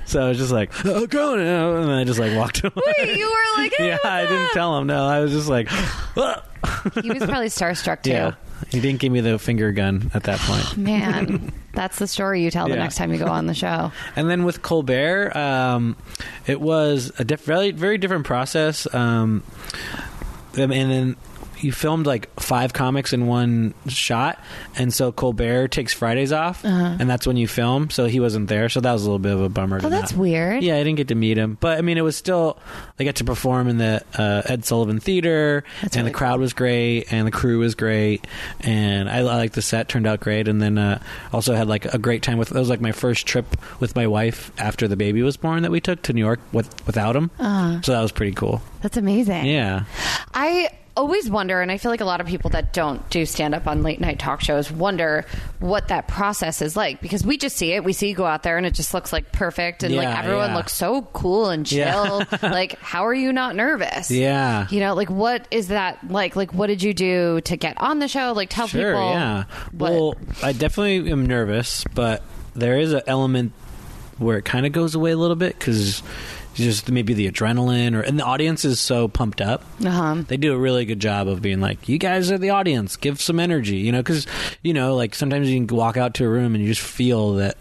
so I was just like, "Oh, Conan," and I just like walked away.
Wait, you were like,
(laughs) yeah, I didn't tell him. No, I was
(gasps)
just like, "Ugh."
He was probably starstruck too.
yeah. He didn't give me the finger gun at that point.
Man, that's the story you tell the
Yeah.
next time you go on the show.
And then with Colbert, um, it was a diff- very very different process. Um, and then you filmed like five comics in one shot, and so Colbert takes Fridays off, and that's when you film. So he wasn't there, so that was a little bit of a bummer.
Uh-huh. Oh,
to
that's
not-
weird.
Yeah, I didn't get to meet him, but I mean, it was still I got to perform in the uh, Ed Sullivan Theater,
That's
and
really
the crowd was great, and the crew was great, and I, I like the set turned out great, and then uh, also had like a great time with. That was like my first trip with my wife after the baby was born that we took to New York with without him,
Uh-huh.
so that was pretty cool.
That's amazing.
Yeah,
I always wonder, and I feel like a lot of people that don't do stand up on late night talk shows wonder what that process is like because we just see it. We see you go out there and it just looks like perfect, and like
Yeah,
everyone
yeah.
looks so cool and chill.
(laughs) Yeah.
like, how are you not nervous?
yeah.
You know, like what is that like? Like, what did you do to get on the show? Like, tell
Sure,
people.
yeah.
what-
Well, I definitely am nervous, but there is an element where it kind of goes away a little bit because just maybe the adrenaline or and the audience is so pumped up.
Uh-huh.
They do a really good job of being like, "You guys are the audience. Give some energy," you know, because you know, like sometimes you can walk out to a room and you just feel that.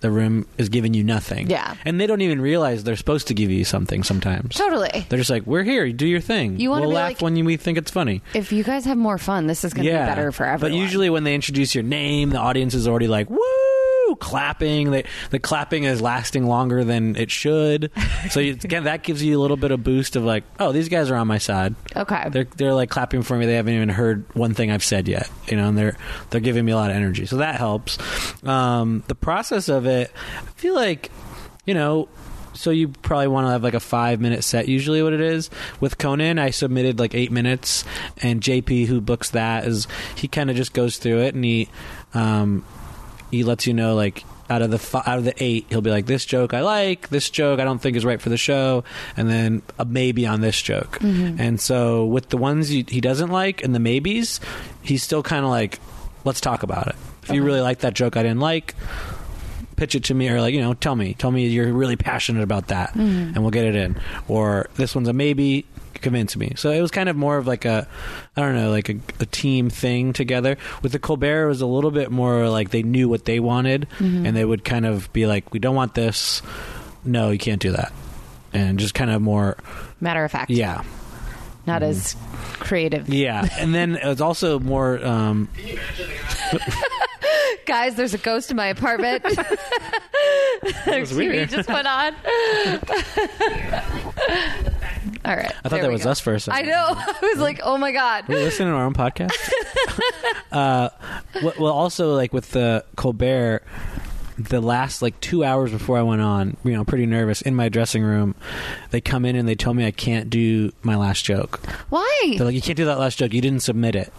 The room is giving you nothing.
Yeah.
And they don't even realize they're supposed to give you something sometimes.
totally.
They're just like, we're here, do your thing.
You wanna
we'll
be
laugh
like-
when you, we think it's funny
If you guys have more fun, this is going to be better for everyone.
but usually when they introduce your name, the audience is already like, woo! Clapping, they, the clapping is lasting longer than it should, so you, (laughs) again, that gives you a little bit of boost of like, oh, these guys are on my side.
okay.
They're they're like clapping for me. They haven't even heard one thing I've said yet, you know, and they're they're giving me a lot of energy, so that helps. Um, the process of it, I feel like, you know. So you probably want to have like a five minute set, usually what it is. With Conan, I submitted like eight minutes, and JP, who books that, is he kind of just goes through it and he um, he lets you know like out of the fi- out of the eight, he'll be like, "This joke I like. This joke I don't think is right for the show," and then a maybe on this joke. And so with the ones you, he doesn't like and the maybes, he's still kind of like, "Let's talk about it." If you really like that joke I didn't like, pitch it to me or like you know tell me tell me you're really passionate about that and we'll get it in or this one's a maybe convince me so it was kind of more of like a i don't know like a, a team thing together with the colbert it was a little bit more like they knew what they wanted and they would kind of be like we don't want this no you can't do that and just kind of more
Matter of fact,
yeah Mm-hmm.
not as creative.
yeah and then it's also more um
Guys, there's a ghost in my
(laughs)
apartment.
was
TV
weird.
just went on. (laughs) All right.
i thought that was us for a second
I know. (laughs) I was like, oh my
(laughs)
god.
we listen to our own podcast. (laughs) uh, well, well, also like with the Colbert, the last like two hours before I went on, you know, pretty nervous in my dressing room. They come in and they tell me I can't do my last joke.
Why?
They're like, you can't do that last joke. You didn't submit it.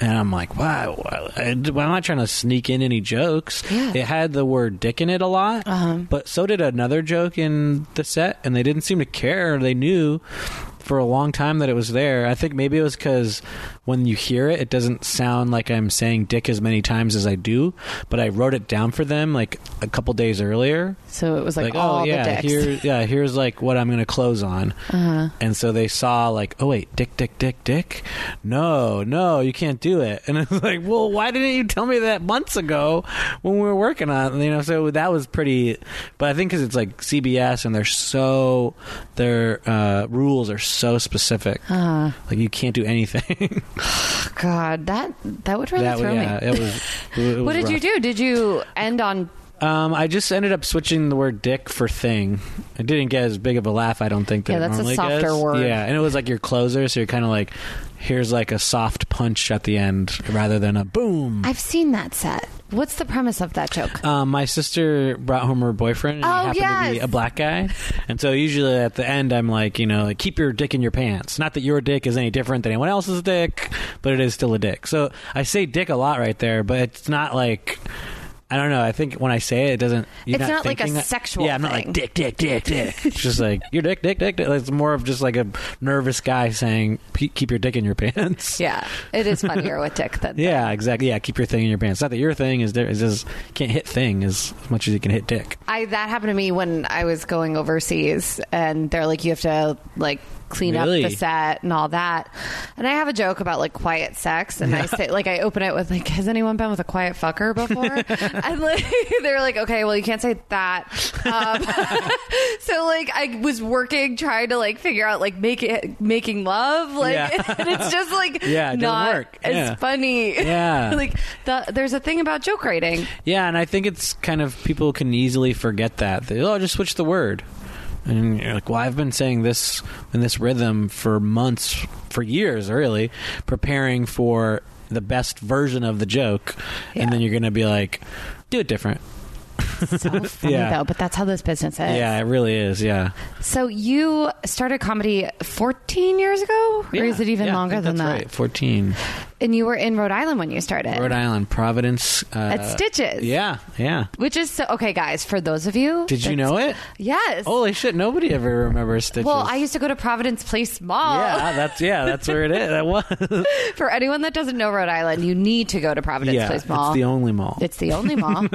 and I'm like, wow, I, am not trying to sneak in any jokes.
Yeah.
It had the word dick in it a lot,
Uh-huh.
but so did another joke in the set, and they didn't seem to care. They knew for a long time that it was there. I think maybe it was because when you hear it, it doesn't sound like I'm saying dick as many times as I do, but I wrote it down for them like a couple days earlier
So it was like, all
oh yeah
the dicks. Uh,
here yeah here's like what i'm gonna close on and so they saw like oh wait dick dick dick dick no no you can't do it and (laughs) i was like well why didn't you tell me that months ago when we were working on it you know so that was pretty but i think because it's like cbs and they're so their uh, rules are so specific like you can't do anything
uh,
(laughs)
God, that that would really
that
throw
was yeah
me.
it was, it
(laughs)
was
What did
rough.
you do? Did you end on?
Um, I just ended up switching the word "dick" for "thing." I didn't get as big of a laugh. I don't think that
Yeah,
it
that's a
normally
softer
gets.
word.
Yeah, and it was like your closer, so you're kind of like, here's like a soft punch at the end rather than a boom.
I've seen that set.
What's the premise of that
(laughs)
joke?
um, my sister brought home her boyfriend, and
Oh,
he happened to be
yes.
a black guy, and so usually at the end, I'm like, you know, like, keep your dick in your pants. Not that your dick is any different than anyone else's dick, but it is still a dick. So I say "dick" a lot right there, but it's not like. I don't know. I think when I say it, it doesn't. you're
It's not like a
thinking that-
sexual
Yeah, I'm not like
thing.
dick, dick, dick, dick.
(laughs)
it's just like your dick, dick, dick, dick. It's more of just like a nervous guy saying, "P- "Keep your dick in your pants."
Yeah, it is funnier with dick than
Yeah, exactly. Yeah, keep your thing in your pants. Not that your thing is there is just can't hit thing as much as you can hit dick.
I that happened to me when I was going overseas, and they're like, you have to like clean
Really?
up the set and all that. And I have a joke about like quiet sex, and I say like I open it with like, has anyone been with a quiet fucker
(laughs)
before? and like (laughs) they're like, okay, well you can't say that. Um, (laughs) so like I was working trying to like figure out like make it making love, like
Yeah.
(laughs) and it's just like
(laughs) Yeah, it doesn't
not
work.
as
Yeah.
funny. (laughs)
Yeah.
like the, there's a thing about joke writing.
Yeah, and I think it's kind of people can easily forget that. They oh, just switch the word. And you're like, well, I've been saying this in this rhythm for months, for years, really, preparing for the best version of the joke, and then you're gonna be like, do it different.
so funny
(laughs) Yeah.
though, but that's how this business is.
Yeah, it really is. Yeah,
So you started comedy 14 years ago, or is it even
Yeah, I
longer
think
than
that's
that?
Right. Fourteen,
And you were in Rhode Island when you started,
Rhode Island, Providence. Uh,
At Stitches.
Yeah, yeah.
which is so okay, guys. For those of you,
Did you Oh,
that's-
know it?
Yes.
Holy shit! Nobody ever remembers Stitches.
well, I used to go to Providence Place Mall.
yeah, that's yeah, that's where it is. That was
(laughs) For anyone that doesn't know Rhode Island, you need to go to Providence
yeah,
Place Mall.
it's the only mall.
It's the only
(laughs)
mall.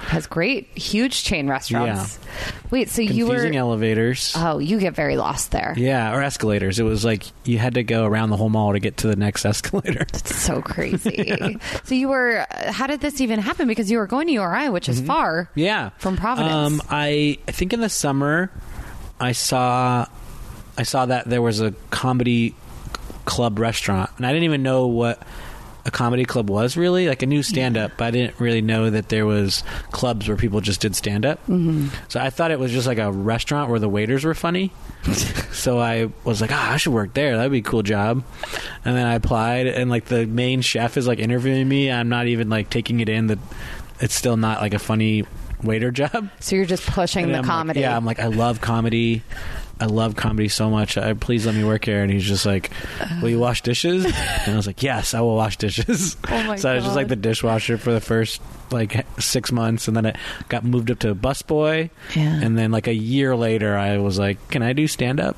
Has great, huge chain restaurants. Wait, so you were?
confusing elevators.
oh, you get very lost there.
yeah, or escalators. It was like you had to go around the whole mall to get to the next (laughs) escalator.
So crazy.
(laughs)
So you were? uh, How did this even happen? Because you were going to URI, which is far.
Mm-hmm. Yeah,
From Providence.
Um, I I think in the summer, I saw I saw that there was a comedy club restaurant, and I didn't even know what a comedy club was really. Like I knew stand up, but I didn't really know that there was clubs where people just did stand up. Mm-hmm. So I thought it was just like a restaurant where the waiters were funny. so I was like, ah, I should work there. That'd be a cool job. And then I applied, and like the main chef is like interviewing me. I'm not even like taking it in that it's still not like a funny waiter (laughs) job.
So you're just pushing
And
the
I'm like-
comedy.
yeah, I'm like, I love comedy. I love comedy so much. I, please let me work here. And he's just like, Will you wash dishes? And I was like, Yes, I will wash dishes. (laughs)
Oh my
so I was just like the
God.
dishwasher for the first like six months, and then I got moved up to busboy.
Yeah.
And then like a year later, I was like, Can I do stand up?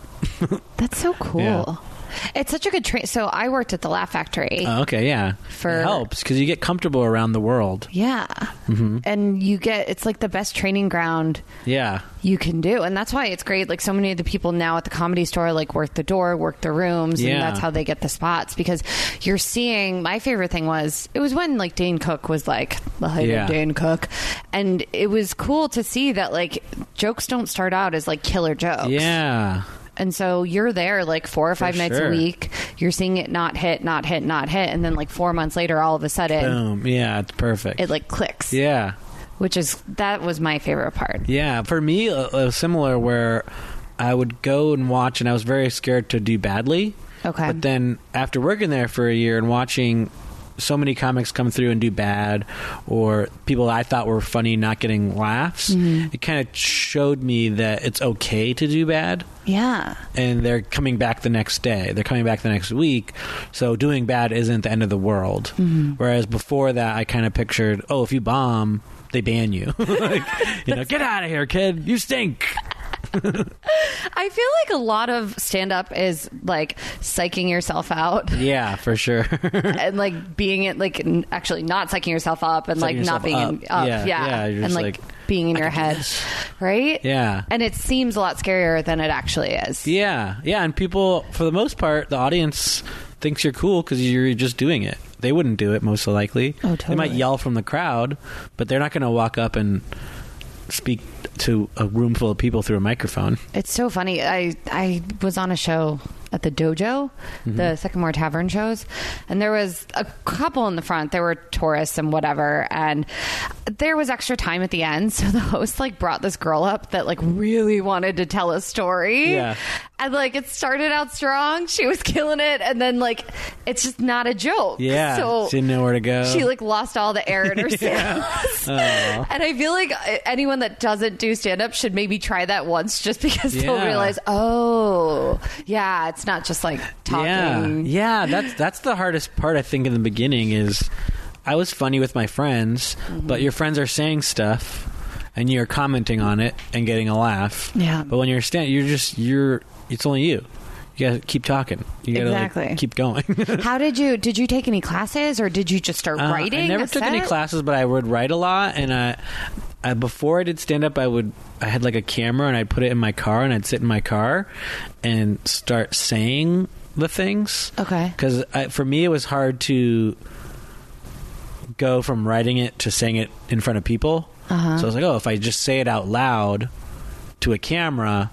That's so cool.
Yeah.
It's such a good train. So I worked at the Laugh Factory.
Oh, okay, yeah.
For-
it helps because you get comfortable around the world.
yeah.
Mm-hmm.
And you get, it's like the best training ground
Yeah.
you can do. And that's why it's great. Like so many of the people now at the comedy store, like work the door, work the rooms.
Yeah.
And that's how they get the spots because you're seeing, my favorite thing was, it was when like Dane Cook was like, the height
Yeah.
of Dane Cook. And it was cool to see that like jokes don't start out as like killer jokes.
Yeah.
And so you're there like four or five nights
sure.
a week. You're seeing it not hit, not hit, not hit, and then like four months later, all of a sudden,
Boom. Um, Yeah, it's perfect.
it like clicks.
yeah.
Which is that was my favorite part.
Yeah, for me, uh, uh, similar where I would go and watch, and I was very scared to do badly.
Okay.
But then after working there for a year and watching so many comics come through and do bad, or people I thought were funny not getting laughs. It kind of showed me that it's okay to do bad
Yeah.
and they're coming back the next day. They're coming back the next week. So doing bad isn't the end of the world. Whereas before that, I kind of pictured, oh, if you bomb, they ban you. (laughs) like, you know, get out of here, kid. You stink.
I feel like a lot of stand up is like psyching yourself
(laughs)
out.
Yeah, for sure.
and like being it like n- actually not psyching yourself up and like
Psyching
not
yourself
being in,
up.
up yeah,
Yeah, yeah, you're
and
just
like,
like,
being in your head right
Yeah.
and it seems a lot scarier than it actually is
yeah, yeah. And people, for the most part, the audience thinks you're cool because you're just doing it. They wouldn't do it most likely.
Oh,
They might
totally.
yell from the crowd, but they're not going to walk up and speak to a room full of people through a microphone.
it's so funny i i was on a show at the dojo
Mm-hmm.
the sycamore tavern shows and there was a couple in the front there were tourists and whatever and there was extra time at the end (laughs) so the host like brought this girl up that like really wanted to tell a story
Yeah.
and like it started out strong she was (laughs) killing it and then like it's just not a joke
Yeah,
so
she didn't know where to go.
she like lost all the air in
(laughs)
her sails and i feel like uh, anyone that doesn't do stand-up should maybe try that once just because they'll
Yeah.
realize oh yeah it's not just like talking
Yeah, yeah. That's that's the hardest part. I think in the beginning is I was funny with my friends,
Mm-hmm.
but your friends are saying stuff and you're commenting on it and getting a laugh.
Yeah.
But when you're standing, you're just you're. It's only you. You gotta keep talking. You gotta like,
Exactly.
keep going. (laughs)
how did you did you take any classes or did you just start
Uh,
writing
I never
a
took any
set?
classes, but I would write a lot. And I, I before I did stand up, I would I had like a camera and I'd put it in my car and I'd sit in my car and start saying the things.
Okay.
Because for me, it was hard to go from writing it to saying it in front of people.
Uh-huh.
So I was like, oh, if I just say it out loud to a camera,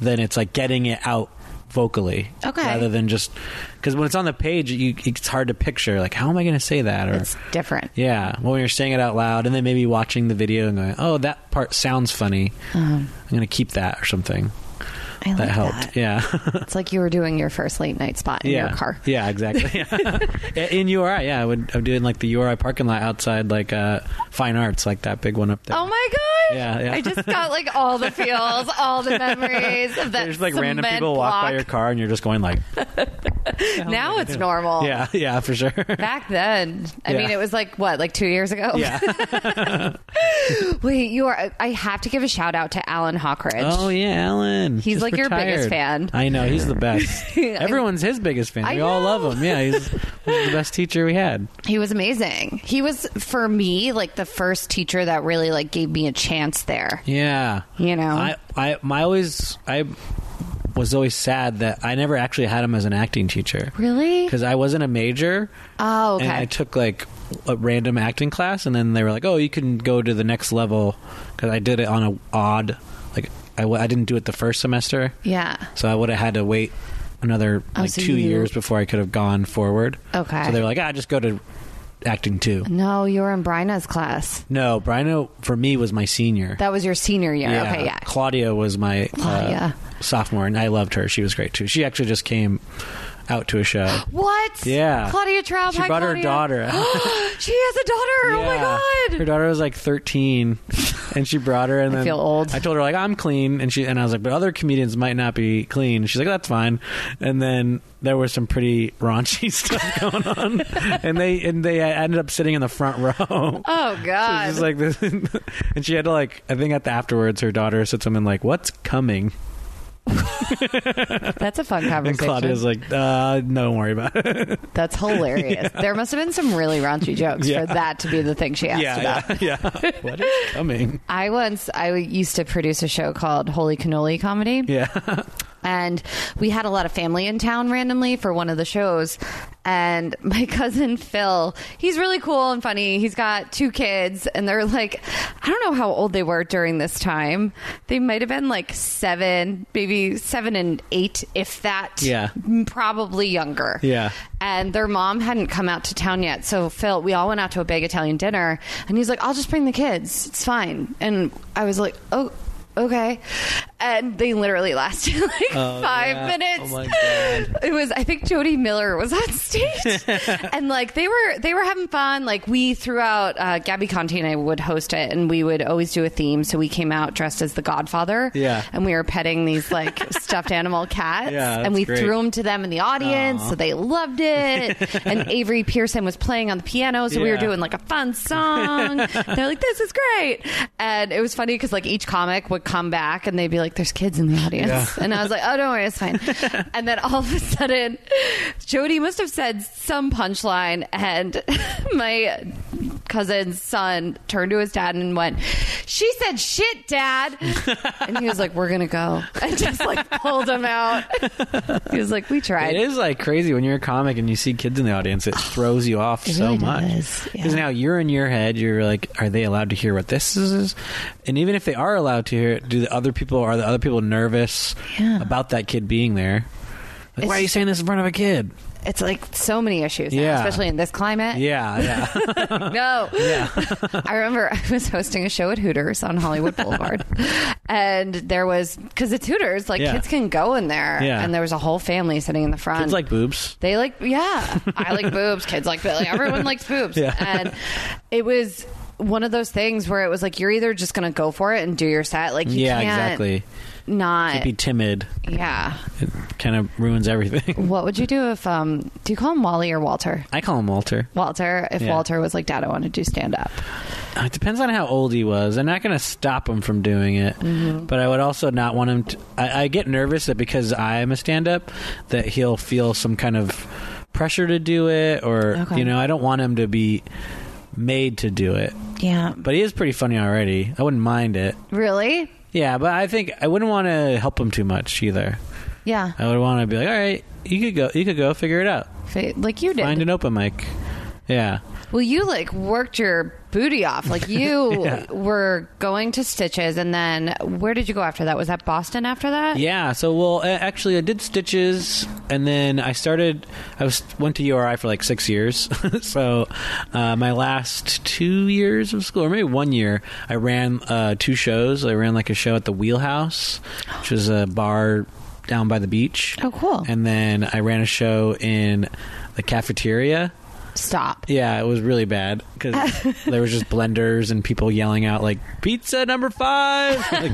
then it's like getting it out vocally
Okay.
rather than just because when it's on the page you, it's hard to picture like how am i going to say that or
it's different
yeah well when you're saying it out loud and then maybe watching the video and going oh that part sounds funny i'm going to keep that or something
Uh-huh. I like
that helped yeah (laughs)
It's like you were doing your first late night spot in
yeah
your car.
yeah exactly (laughs) yeah. in uri yeah i would i'm doing like the uri parking lot outside like uh fine arts like that big one up there
Oh my gosh!
Yeah, yeah.
I just got like all the feels, all
(laughs)
the memories of that.
there's like random
cement
people
block.
walk by your car and you're just
(laughs)
going like
Now it's normal.
yeah yeah for sure (laughs)
Back then, I
Yeah.
mean, it was like what, like two years ago?
yeah
(laughs) Wait, you are. I have to give a shout out to Alan Hawkridge.
Oh yeah, Alan.
He's, like, your biggest fan.
I know he's
(laughs)
the best. Everyone's his biggest fan.
I
We all
know.
love him. Yeah, he's, he's the best teacher we had.
He was amazing. He was for me like the first teacher that really like gave me a chance there.
Yeah,
You know.
I I my always I was always sad that I never actually had him as an acting teacher.
Really?
Because I wasn't a major.
Oh, okay.
And I took like a random acting class, and then they were like, "Oh, you can go to the next level." Because I did it on a odd, like I, w- I didn't do it the first semester.
Yeah.
So I would have had to wait another
Oh,
like
so
two
you-
years before I could have gone forward.
Okay.
So they were like, ah, just go to acting two.
No, you were in Bryna's class.
No, Brino for me was my senior.
That was your senior year. Okay, yeah.
Claudia was my
Claudia.
Uh, sophomore, and I loved her. She was great too. She actually just came out to a show.
What?
Yeah.
Claudia Traub.
She
hi,
brought
Claudia.
her daughter.
(gasps) she has a daughter. Oh my
Her
god.
daughter was like 13, and she brought her. And
I
then
feel old.
I told her like I'm clean, and she and I was like, but other comedians might not be clean. And she's like, that's fine. And then there was some pretty raunchy (laughs) stuff going on, and they and they ended up sitting in the front row. (laughs)
Oh god.
It was like this, (laughs) and she had to like. I think at the afterwards, her daughter said something like, "What's coming?"
(laughs) That's a fun
And
conversation.
Claudia's like, uh, "No, don't worry about it."
That's hilarious.
(laughs)
There must have been some really raunchy jokes
Yeah.
for that to be the thing she asked about.
yeah, yeah. (laughs) what is coming?
I once I used to produce a show called Holy Cannoli Comedy,
Yeah,
and we had a lot of family in town randomly for one of the shows. And (laughs) my cousin Phil, he's really cool and funny. He's got two kids, and they're like, I don't know how old they were during this time. They might have been like seven, maybe seven and eight, if that.
Yeah.
Probably younger
Yeah.
and their mom hadn't come out to town yet. So Phil, we all went out to a big Italian dinner, and he's like, "I'll just bring the kids. It's fine." And I was like, "Oh." Okay. and they literally lasted (laughs) like
Oh,
five
yeah.
minutes.
Oh, my God.
(laughs) It was I think Jody Miller was on stage,
(laughs)
and like they were they were having fun. Like we threw out uh, Gabby Conte and I would host it, and we would always do a theme. So we came out dressed as the Godfather,
Yeah.
and we were petting these like (laughs) stuffed animal cats,
Yeah,
and
that's
we
great.
threw them to them in the audience, so they loved it. and Avery Pearson was playing on the piano, so we were
Yeah.
doing like a fun song. They're like, "This is great," and it was funny because like each comic would come back and they'd be like, "There's kids in the audience," and I was like, "Oh, don't worry, it's fine." and then all of a sudden, Jody must have said some punchline, and (laughs) my cousin's son turned to his dad and went, "She said shit, dad," and he was like, "We're gonna go," (laughs) and just like pulled him out. he was like, "We tried."
It is like crazy when you're a comic and you see kids in
(sighs)
the audience. It throws you off so
really
much
does, yeah.
now you're in your head. You're like, are they allowed to hear what this is? And even if they are allowed to hear it, do the other people are the other people nervous
Yeah.
about that kid being there? Like, why are you saying this in front of a kid?
It's like so many issues, now,
Yeah.
especially in this climate.
Yeah, yeah.
(laughs)
(laughs)
No. (laughs) I remember I was hosting a show at Hooters on Hollywood Boulevard, and there was because it's Hooters, like
Yeah.
kids can go in there,
Yeah.
and there was a whole family sitting in the front.
Kids like boobs.
They like, yeah. I like boobs. Kids like Billy. Everyone likes boobs.
Yeah.
And it was one of those things where it was like you're either just gonna go for it and do your set, like you
yeah,
can't Eh.
exactly.
Not
Be timid.
yeah.
It kind of ruins everything. (laughs)
What would you do if um? Do you call him Wally or Walter?
I call him Walter.
Walter, if
Yeah.
Walter was like, Dad, I want to do stand up.
It depends on how old he was. I'm not going to stop him from doing it, but I would also not want him. To, I, I get nervous that because I'm a stand-up, that he'll feel some kind of pressure to do it, or
Okay.
you know, I don't want him to be made to do it.
Yeah.
But he is pretty funny already. I wouldn't mind it.
Really?
Yeah, but I think I wouldn't want to help him too much either.
Yeah.
I would want to be like, all right, you could go, you could go, figure it out,
Fa- Like you did.
find an open mic. Yeah,
Well, you like worked your booty off.
(laughs)
Like you
Yeah.
were going to Stitches, and then where did you go after that? Was that Boston after that?
Yeah. So well, a- actually, I did stitches, and then I started. I was went to URI for like six years. (laughs) so uh, my last two years of school, or maybe one year, I ran uh, two shows. I ran like a show at the Wheelhouse, which is a bar down by the beach.
Oh, cool.
And then I ran a show in the cafeteria.
Stop.
Yeah, it was really bad
(laughs)
because there was just blenders and people yelling out like "pizza number five. Like,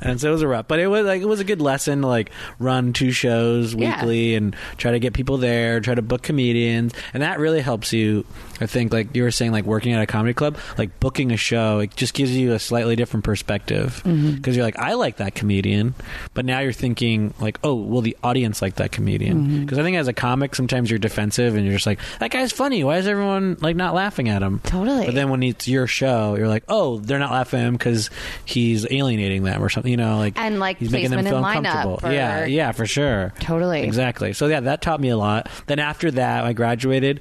and so it was a rough. But it was like it was a good lesson to like run two shows
Yeah.
weekly and try to get people there, try to book comedians, and that really helps you. I think like you were saying, like working at a comedy club, like booking a show, it just gives you a slightly different perspective because you're like, I like that comedian, but now you're thinking like, oh, will the audience like that comedian? Because I think as a comic, sometimes you're defensive and you're just like, that guy's funny. Why is everyone like not laughing at him?
Totally.
But then when it's your show, you're like, oh, they're not laughing at him because he's alienating them or something. You know, like
And, like,
he's making them feel
placement in lineup
uncomfortable.
or-
Yeah, yeah, for sure.
Totally.
Exactly. So yeah, that taught me a lot. Then after that, I graduated.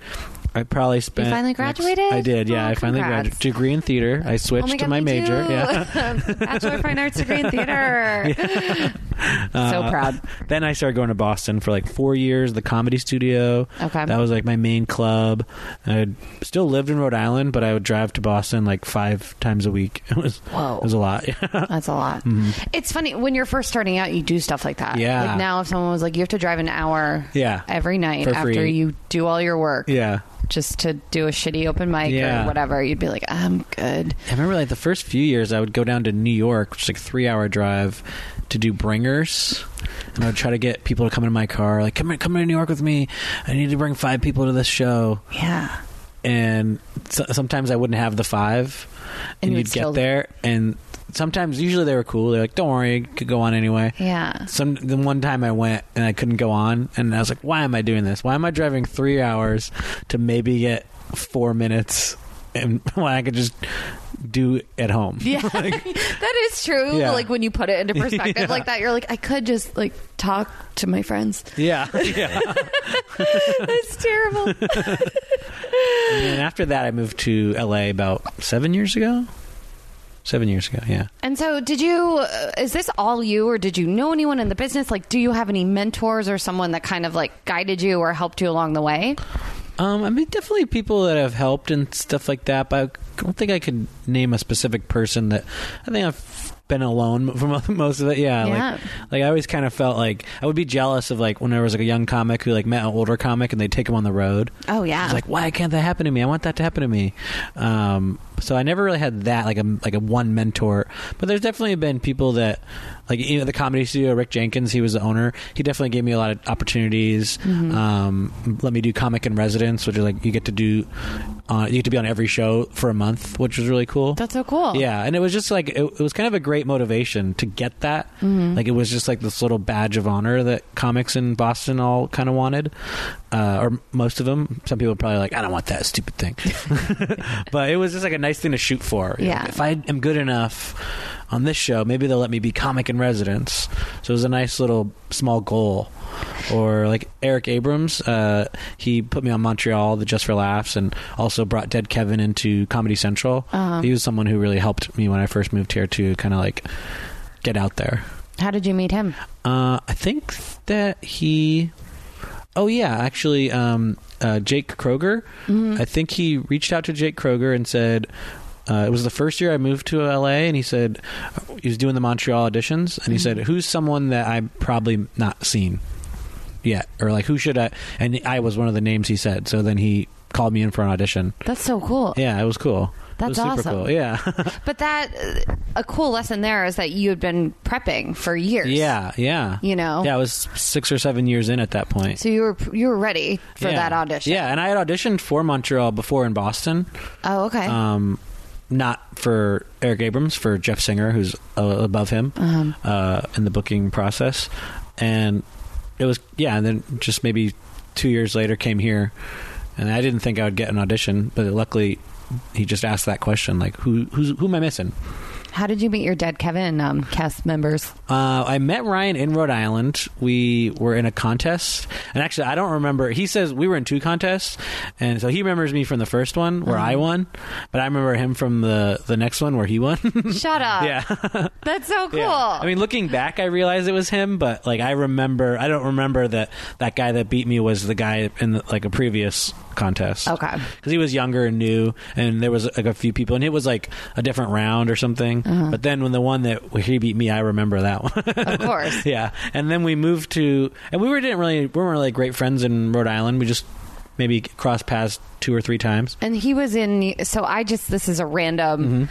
I probably spent.
finally
next-
graduated?
I did. Yeah,
Oh,
I finally
congrats.
graduated. Degree in theater. I
Oh
switched
my God,
to my
me
major.
too. (laughs)
Yeah.
Bachelor of Fine Arts degree in
(laughs)
theater. (laughs) so
Uh,
proud.
Then I started going to Boston for like four years, the comedy studio.
Okay.
That was like my main club. And I still lived in Rhode Island, but I would drive to Boston like five times a week. (laughs) It was
Whoa.
it was a lot.
(laughs) That's a lot. It's funny when you're first starting out, you do stuff like that.
Yeah.
Like now, if someone was like, "You have to drive an hour,
Yeah.
every night
For
after
free.
you do all your work,
yeah.
just to do a shitty open mic
Yeah.
or whatever," you'd be like, "I'm good."
I remember like the first few years I would go down to New York, which is like a three hour drive, to do bringers. And I would try to get people to come into my car, like, come in, come to New York with me. I need to bring five people to this show.
Yeah.
and so, sometimes I wouldn't have the five,
And
and,
you would
you'd get
still-
there, and sometimes usually they were cool. They're like, "Don't worry, you could go on anyway." (laughs)
Yeah.
Some the one time I went and I couldn't go on, and I was like, "Why am I doing this? Why am I driving three hours to maybe get four minutes, and (laughs) when I could just do at home?"
Yeah, (laughs) that is true.
Yeah.
Like when you put it into perspective
(laughs) Yeah.
like that, you're like, I could just like talk to my
(laughs)
friends.
yeah. yeah.
That's terrible.
And then after that, I moved to LA about seven years ago. Seven years ago, yeah.
and so, did you? Uh, is this all you, or did you know anyone in the business? Like, do you have any mentors or someone that kind of like guided you or helped you along the way?
Um, I mean, definitely people that have helped and stuff like that, but I don't think I could name a specific person that I think I've been alone (laughs) for mo- most of it. Yeah,
Yeah.
like like I always kind of felt like I would be jealous of like when I was like a young comic who like met an older comic and they take him on the road.
Oh, yeah.
I was like, why can't that happen to me? I want that to happen to me. Um, so I never really had that like a like a one mentor, but there's definitely been people that like you know the comedy studio Rick Jenkins, he was the owner. He definitely gave me a lot of opportunities.
Mm-hmm.
Um, let me do comic in residence, which is like you get to do uh, you get to be on every show for a month, which was really cool.
That's so cool.
Yeah, and it was just like it, it was kind of a great motivation to get that.
Mm-hmm.
Like it was just like this little badge of honor that comics in Boston all kind of wanted, uh, or most of them. Some people were probably like, I don't want that stupid thing, (laughs) but it was just like a nice thing to shoot for.
Yeah.
if I am good enough on this show, maybe they'll let me be comic in residence. So it was a nice little small goal. Or like Eric Abrams, uh, he put me on Montreal, the Just for Laughs, and also brought Dead Kevin into Comedy Central.
Uh-huh.
He was someone who really helped me when I first moved here to kind of like get out there.
How did you meet him?
Uh, I think that he. Oh yeah, actually, um, uh, Jake Kroger.
Mm-hmm.
I think he reached out to Jake Kroger and said. Uh, it was the first year I moved to LA, and he said he was doing the Montreal auditions,
Mm-hmm.
and he said, "Who's someone that I'm probably not seen yet, or like who should I?" And I was one of the names he said. So then he called me in for an audition.
That's so cool.
Yeah, it was cool.
That's
it was super
awesome.
cool. Yeah. (laughs)
But that, uh, a cool lesson there is that you had been prepping for years.
Yeah, yeah.
You know?
Yeah, I was six or seven years in at that point.
So you were you were ready for
Yeah.
that audition.
Yeah, and I had auditioned for Montreal before in Boston.
Oh, okay.
Um, not for Eric Abrams, for Jeff Singer, who's uh, above him
Um,
uh, in the booking process. And it was, yeah, and then just maybe two years later came here. And I didn't think I would get an audition, but luckily he just asked that question like, who, who's, who am I missing?
How did you meet your dead Kevin um, cast
(laughs)
members?
Uh, I met Ryan in Rhode Island. We were in a contest, and actually, I don't remember. He says we were in two contests, and so he remembers me from the first one where
Mm-hmm.
I won, but I remember him from the the next one where he won. (laughs)
Shut up.
yeah,
That's so Oh, cool.
Yeah. I mean, looking back, I realized it was him, but like I remember, I don't remember that that guy that beat me was the guy in the, like a previous contest.
Okay.
because he was younger and new, and there was like a few people, and it was like a different round or something.
Mm-hmm.
But then when the one that where he beat me, I remember that (laughs) one.
of course.
(laughs) yeah and then we moved to and we were didn't really we weren't really great friends in rhode island we just maybe crossed paths two or three times
And he was in. So I just this is a random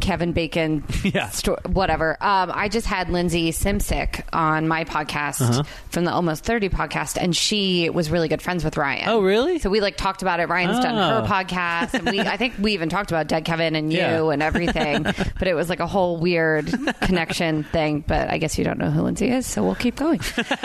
Kevin Bacon,
Mm-hmm. (laughs) Yeah.
sto- whatever. Um, I just had Lindsay Simsick on my podcast
Uh-huh.
from the Almost Thirty podcast, and she was really good friends with Ryan.
Oh, really?
So we like talked about it. Ryan's done her
Oh.
podcast, and we I think we even talked about Dead Kevin and you
Yeah.
and everything. but it was like a whole weird connection thing. But I guess you don't know who Lindsay is, so we'll keep going.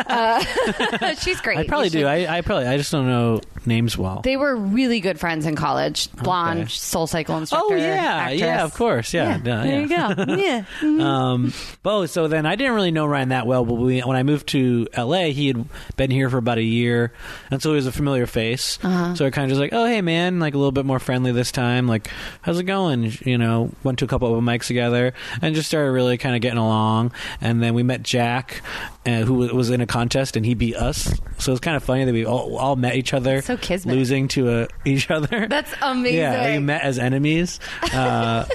Uh, (laughs) she's great.
i probably
You should-
do I, I probably i just don't know names well
they were really good friends in college. Blonde,
Okay.
Soul Cycle instructor.
oh yeah
actress.
yeah of course yeah, yeah, yeah.
you
(laughs)
go. yeah.
um, but so then I didn't really know Ryan that well. But we, when I moved to LA, he had been here for about a year, and so he was a familiar face.
Uh-huh.
So I kind of just like, oh hey man, like a little bit more friendly this time. Like, how's it going? You know, went to a couple of mics together and just started really kind of getting along. And then we met Jack, uh, who was in a contest, and he beat us. So it's kind of funny that we all, all met each other,
So kismet.
losing to uh, each other.
That's amazing.
(laughs) Yeah, we met as enemies. Uh,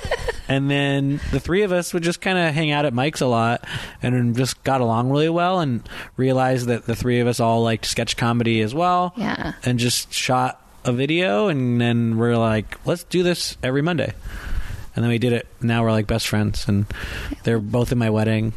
and then the three of us would just kind of hang out at Mike's a lot and just got along really well and realized that the three of us all liked sketch comedy as well.
Yeah.
And just shot a video and then we're like, let's do this every Monday. And then we did it. Now we're like best friends and they're both in my wedding.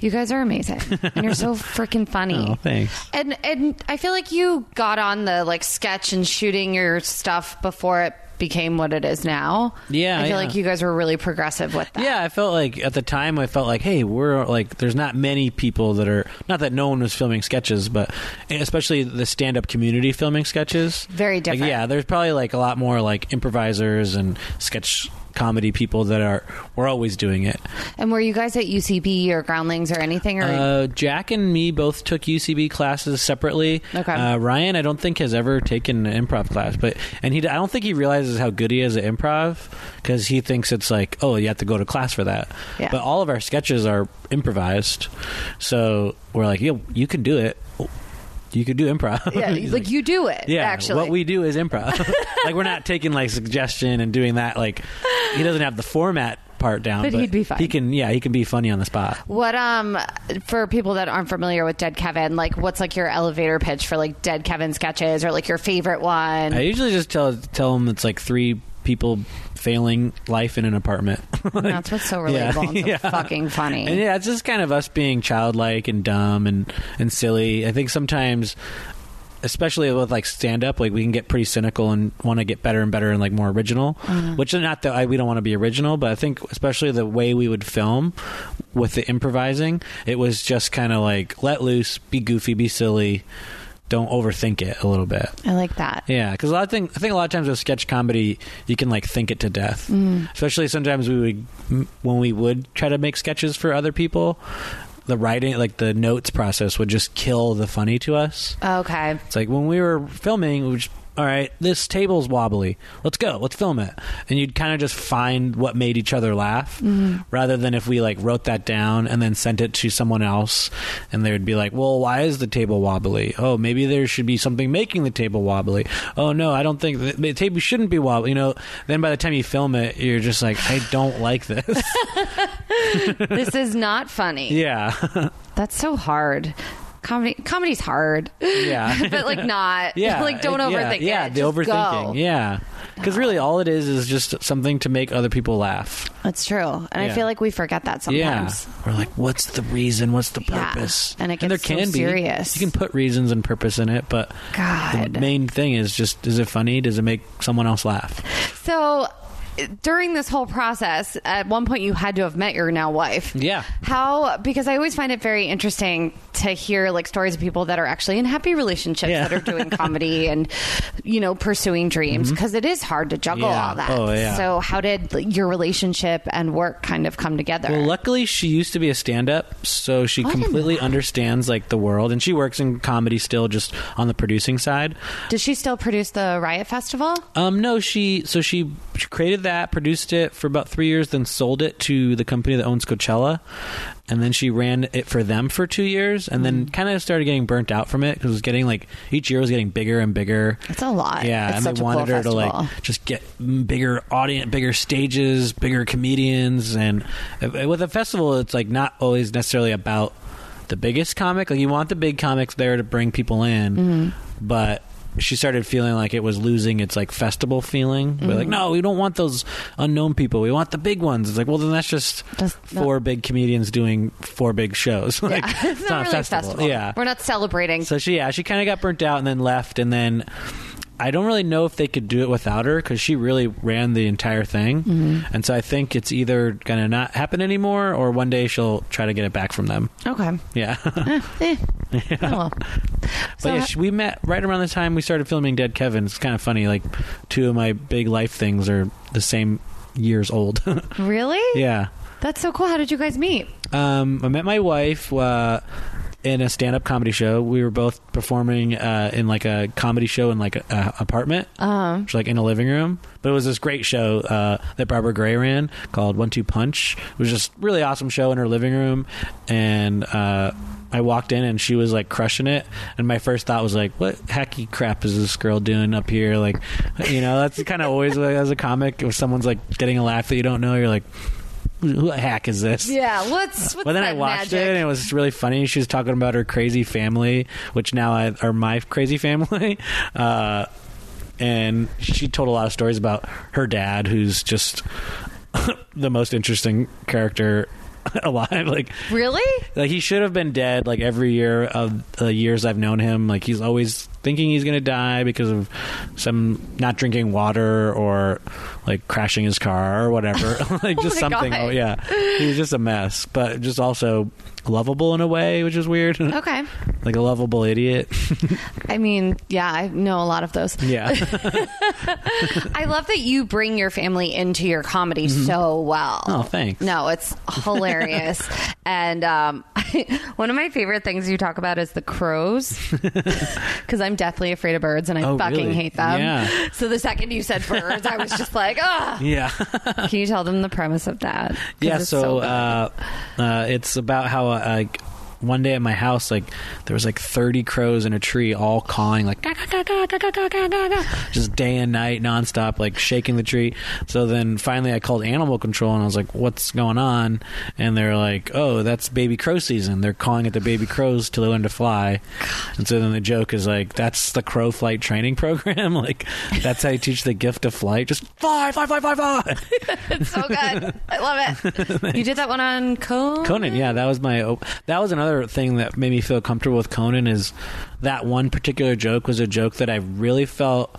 You guys are amazing. And you're so freaking funny.
Oh, thanks.
And and I feel like you got on the like sketch and shooting your stuff before it became what it is now.
Yeah,
I feel
yeah.
like you guys were really progressive with that.
Yeah, I felt like at the time I felt like, hey, we're like, there's not many people that are not that no one was filming sketches, but especially the stand-up community filming sketches.
Very
Like,
different.
yeah, there's probably like a lot more like improvisers and sketch comedy people that are we're always doing it.
And were you guys at UCB or Groundlings or anything or
Uh, Jack and me both took UCB classes separately.
Okay.
Uh, Ryan, I don't think has ever taken an improv class, but and he, I don't think he realizes how good he is at improv because he thinks it's like, oh, you have to go to class for that.
Yeah.
But all of our sketches are improvised, so we're like, yeah, you can do it. You could do improv. (laughs)
Yeah,
He's
like, you do it
yeah,
actually.
what we do (laughs) is improv. like we're not taking like suggestion and doing that. Like he doesn't have the format part down.
But he'd be fine.
He can, yeah, he can be funny on the spot.
What um for people that aren't familiar with Dead Kevin, like what's like your elevator pitch for like Dead Kevin sketches or like your favorite one?
I usually just tell tell him it's like three people failing life in an apartment.
That's what's so
(laughs) Yeah,
relatable and so
yeah.
fucking funny.
And yeah, it's just kind of us being childlike and dumb and and silly. I think sometimes especially with like stand up like we can get pretty cynical and want to get better and better and like more original which is not that I, we don't want to be original but i think especially the way we would film with the improvising it was just kind of like let loose be goofy be silly don't overthink it a little bit
I like that.
yeah, because a lot of thing, I think a lot of times with sketch comedy, you can like think it to death. Especially sometimes we would, m- when we would try to make sketches for other people, the writing, like the notes process, would just kill the funny to us.
Okay.
It's like when we were filming, we just all right, this table's wobbly. Let's go. Let's film it. And you'd kind of just find what made each other laugh, rather than if we like wrote that down and then sent it to someone else, and they would be like, "Well, why is the table wobbly? Oh, maybe there should be something making the table wobbly. Oh no, I don't think the, the table shouldn't be wobbly." You know. Then by the time you film it, you're just like, "I don't like this."
this is not funny.
(laughs) yeah,
That's so hard. Comedy comedy's hard. (laughs)
yeah.
but like not.
(laughs) Yeah,
like don't
it- yeah,
overthink
Yeah,
it.
the
Just
overthinking.
go.
Yeah, because really, all it is is just something to make other people laugh.
That's true. And I
Yeah.
feel like we forget that sometimes.
Yeah, we're like, what's the reason? What's the
Yeah.
purpose?
And it
there
gets so
can be
serious.
You can put reasons and purpose in it, but
God.
the main thing is just: is it funny? Does it make someone else laugh?
So during this whole process, at one point you had to have met your now wife.
Yeah.
How because I always find it very interesting to hear like stories of people that are actually in happy relationships
Yeah.
that are
(laughs)
doing comedy and you know pursuing dreams because is hard to juggle
Mm-hmm. Yeah.
all that.
Oh, yeah.
So how did like, your relationship and work kind of come together?
Well, luckily she used to be a stand-up, so she
Oh, didn't
completely understands like the world, and she works in comedy still, just on the producing side.
Does she still produce the Riot Festival?
Um, no, she so she she created that, produced it for about three years, then sold it to the company that owns Coachella, and then she ran it for them for two years, and
Mm-hmm.
then kind of started getting burnt out from it because it was getting like each year was getting bigger and bigger.
It's a lot.
Yeah,
It's
and
such
they
a
wanted
cool
her to
festival.
like just get bigger audience, bigger stages, bigger comedians, and uh, with a festival, it's like not always necessarily about the biggest comic. Like you want the big comics there to bring people in,
Mm-hmm.
but she started feeling like it was losing its like festival feeling. We're
Mm-hmm.
like, no, we don't want those unknown people. We want the big ones. It's like, well, then that's just
Just not-
four big comedians doing four big shows. (laughs) like
(laughs) it's, not, really a festival.
Yeah,
We're not celebrating.
so she, yeah, she kind of got burnt out and then left, and then I don't really know if they could do it without her because she really ran the entire thing, and so I think it's either gonna not happen anymore or one day she'll try to get it back from them. (laughs)
okay.
Yeah, but
Eh. Oh, well. So
yeah,
ha-
she, we met right around the time we started filming Dead Kevin. It's kind of funny, like two of my big life things are the same years old. (laughs)
Really?
yeah.
That's so cool. How did you guys meet?
Um, I met my wife uh, in a stand-up comedy show. We were both performing uh, in like a comedy show in like a, a apartment, uh like in a living room. But it was this great show uh, that Barbara Gray ran called One Two Punch. It was just really awesome show in her living room, and. Uh, I walked in and she was like crushing it, and my first thought was like, "What hacky crap is this girl doing up here?" Like, you know, that's kind of always like, as a comic, if someone's like getting a laugh that you don't know, you're like, "Who the hack is this?"
Yeah. What's what's
Well, then
that
I watched
magic?
it and it was really funny. She was talking about her crazy family, which now I, are my crazy family. (laughs) Uh, and she told a lot of stories about her dad, who's just (laughs) the most interesting character (laughs) alive. Like,
Really?
like he should have been dead. Like every year of the years I've known him, like he's always thinking he's gonna die because of some not drinking water or like crashing his car or whatever. (laughs) like just
my
something.
God.
Oh, yeah, he was just a mess, but just also lovable in a way, which is weird. (laughs)
Okay.
like a lovable idiot. (laughs)
I mean, yeah, I know a lot of those. (laughs)
yeah.
I love that you bring your family into your comedy so well.
Mm-hmm. Oh, thanks.
No, it's
(laughs)
hilarious. and um, (laughs) one of my favorite things you talk about is the
(laughs)
crows, because I'm deathly afraid of birds and I
Oh,
fucking
really?
hate them.
Yeah.
So the second you said birds, I was just like, ah.
Yeah.
Can you tell them the premise of that? 'Cause
yeah uh,
it's
so,
good.
uh, uh, it's about how uh, like one day at my house, like there was like thirty crows in a tree, all cawing like "Caw, caw, caw, caw, caw, caw, caw, caw, caw," just day and night, nonstop, like shaking the tree. So then finally, I called animal control and I was like, "What's going on?" And they're like, "Oh, that's baby crow season. They're calling at the baby crows till they learn to fly." And so then the joke is like, "That's the crow flight training (laughs) program. like that's how you teach the gift of flight. Just fly, fly, fly, fly, fly."
It's so good. I love
(laughs)
it. You did that one on Cone?
Conan, yeah, that was my op- that was another thing that made me feel comfortable with Conan is that one particular joke was a joke that I really felt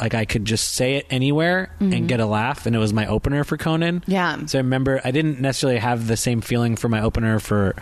like I could just say it anywhere and get a laugh and it was my opener for Conan.
Mm-hmm. Yeah.
So I remember I didn't necessarily have the same feeling for my opener for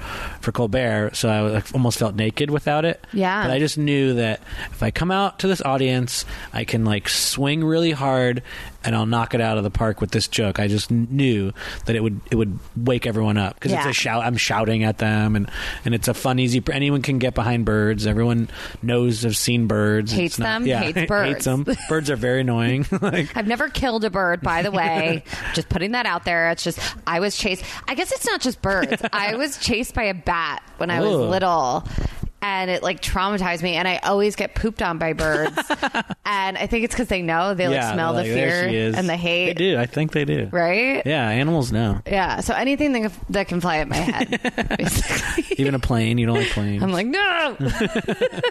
for Colbert, so I like, almost felt naked without it.
Yeah.
But I just knew that if I come out to this audience, I can like swing really hard and I'll knock it out of the park with this joke. I just kn- knew that it would it would wake everyone up because it's
Yeah.
a shout. I'm shouting at them and and it's a fun, easy. pr- Anyone can get behind birds. Everyone knows have seen birds.
Hates
It's not-
them,
Yeah,
hates birds.
(laughs) hates them. Birds are very annoying. (laughs) like
I've never killed a bird, by the
(laughs)
way. just putting that out there. It's just, I was chased. I guess it's not just
(laughs)
birds. I was chased by a bat when I was
Ugh.
little. And it like traumatized me, and I always get pooped on by birds.
(laughs)
and I think it's because they know they like
yeah,
smell
like,
the
there she
fear
is.
and the
They
hate,
do. I think they do.
right? Yeah.
Yeah, animals know.
So anything that, that can fly at my head,
(laughs)
basically. (laughs)
Even a plane. You don't like planes.
I'm like,
(laughs)
no. (laughs)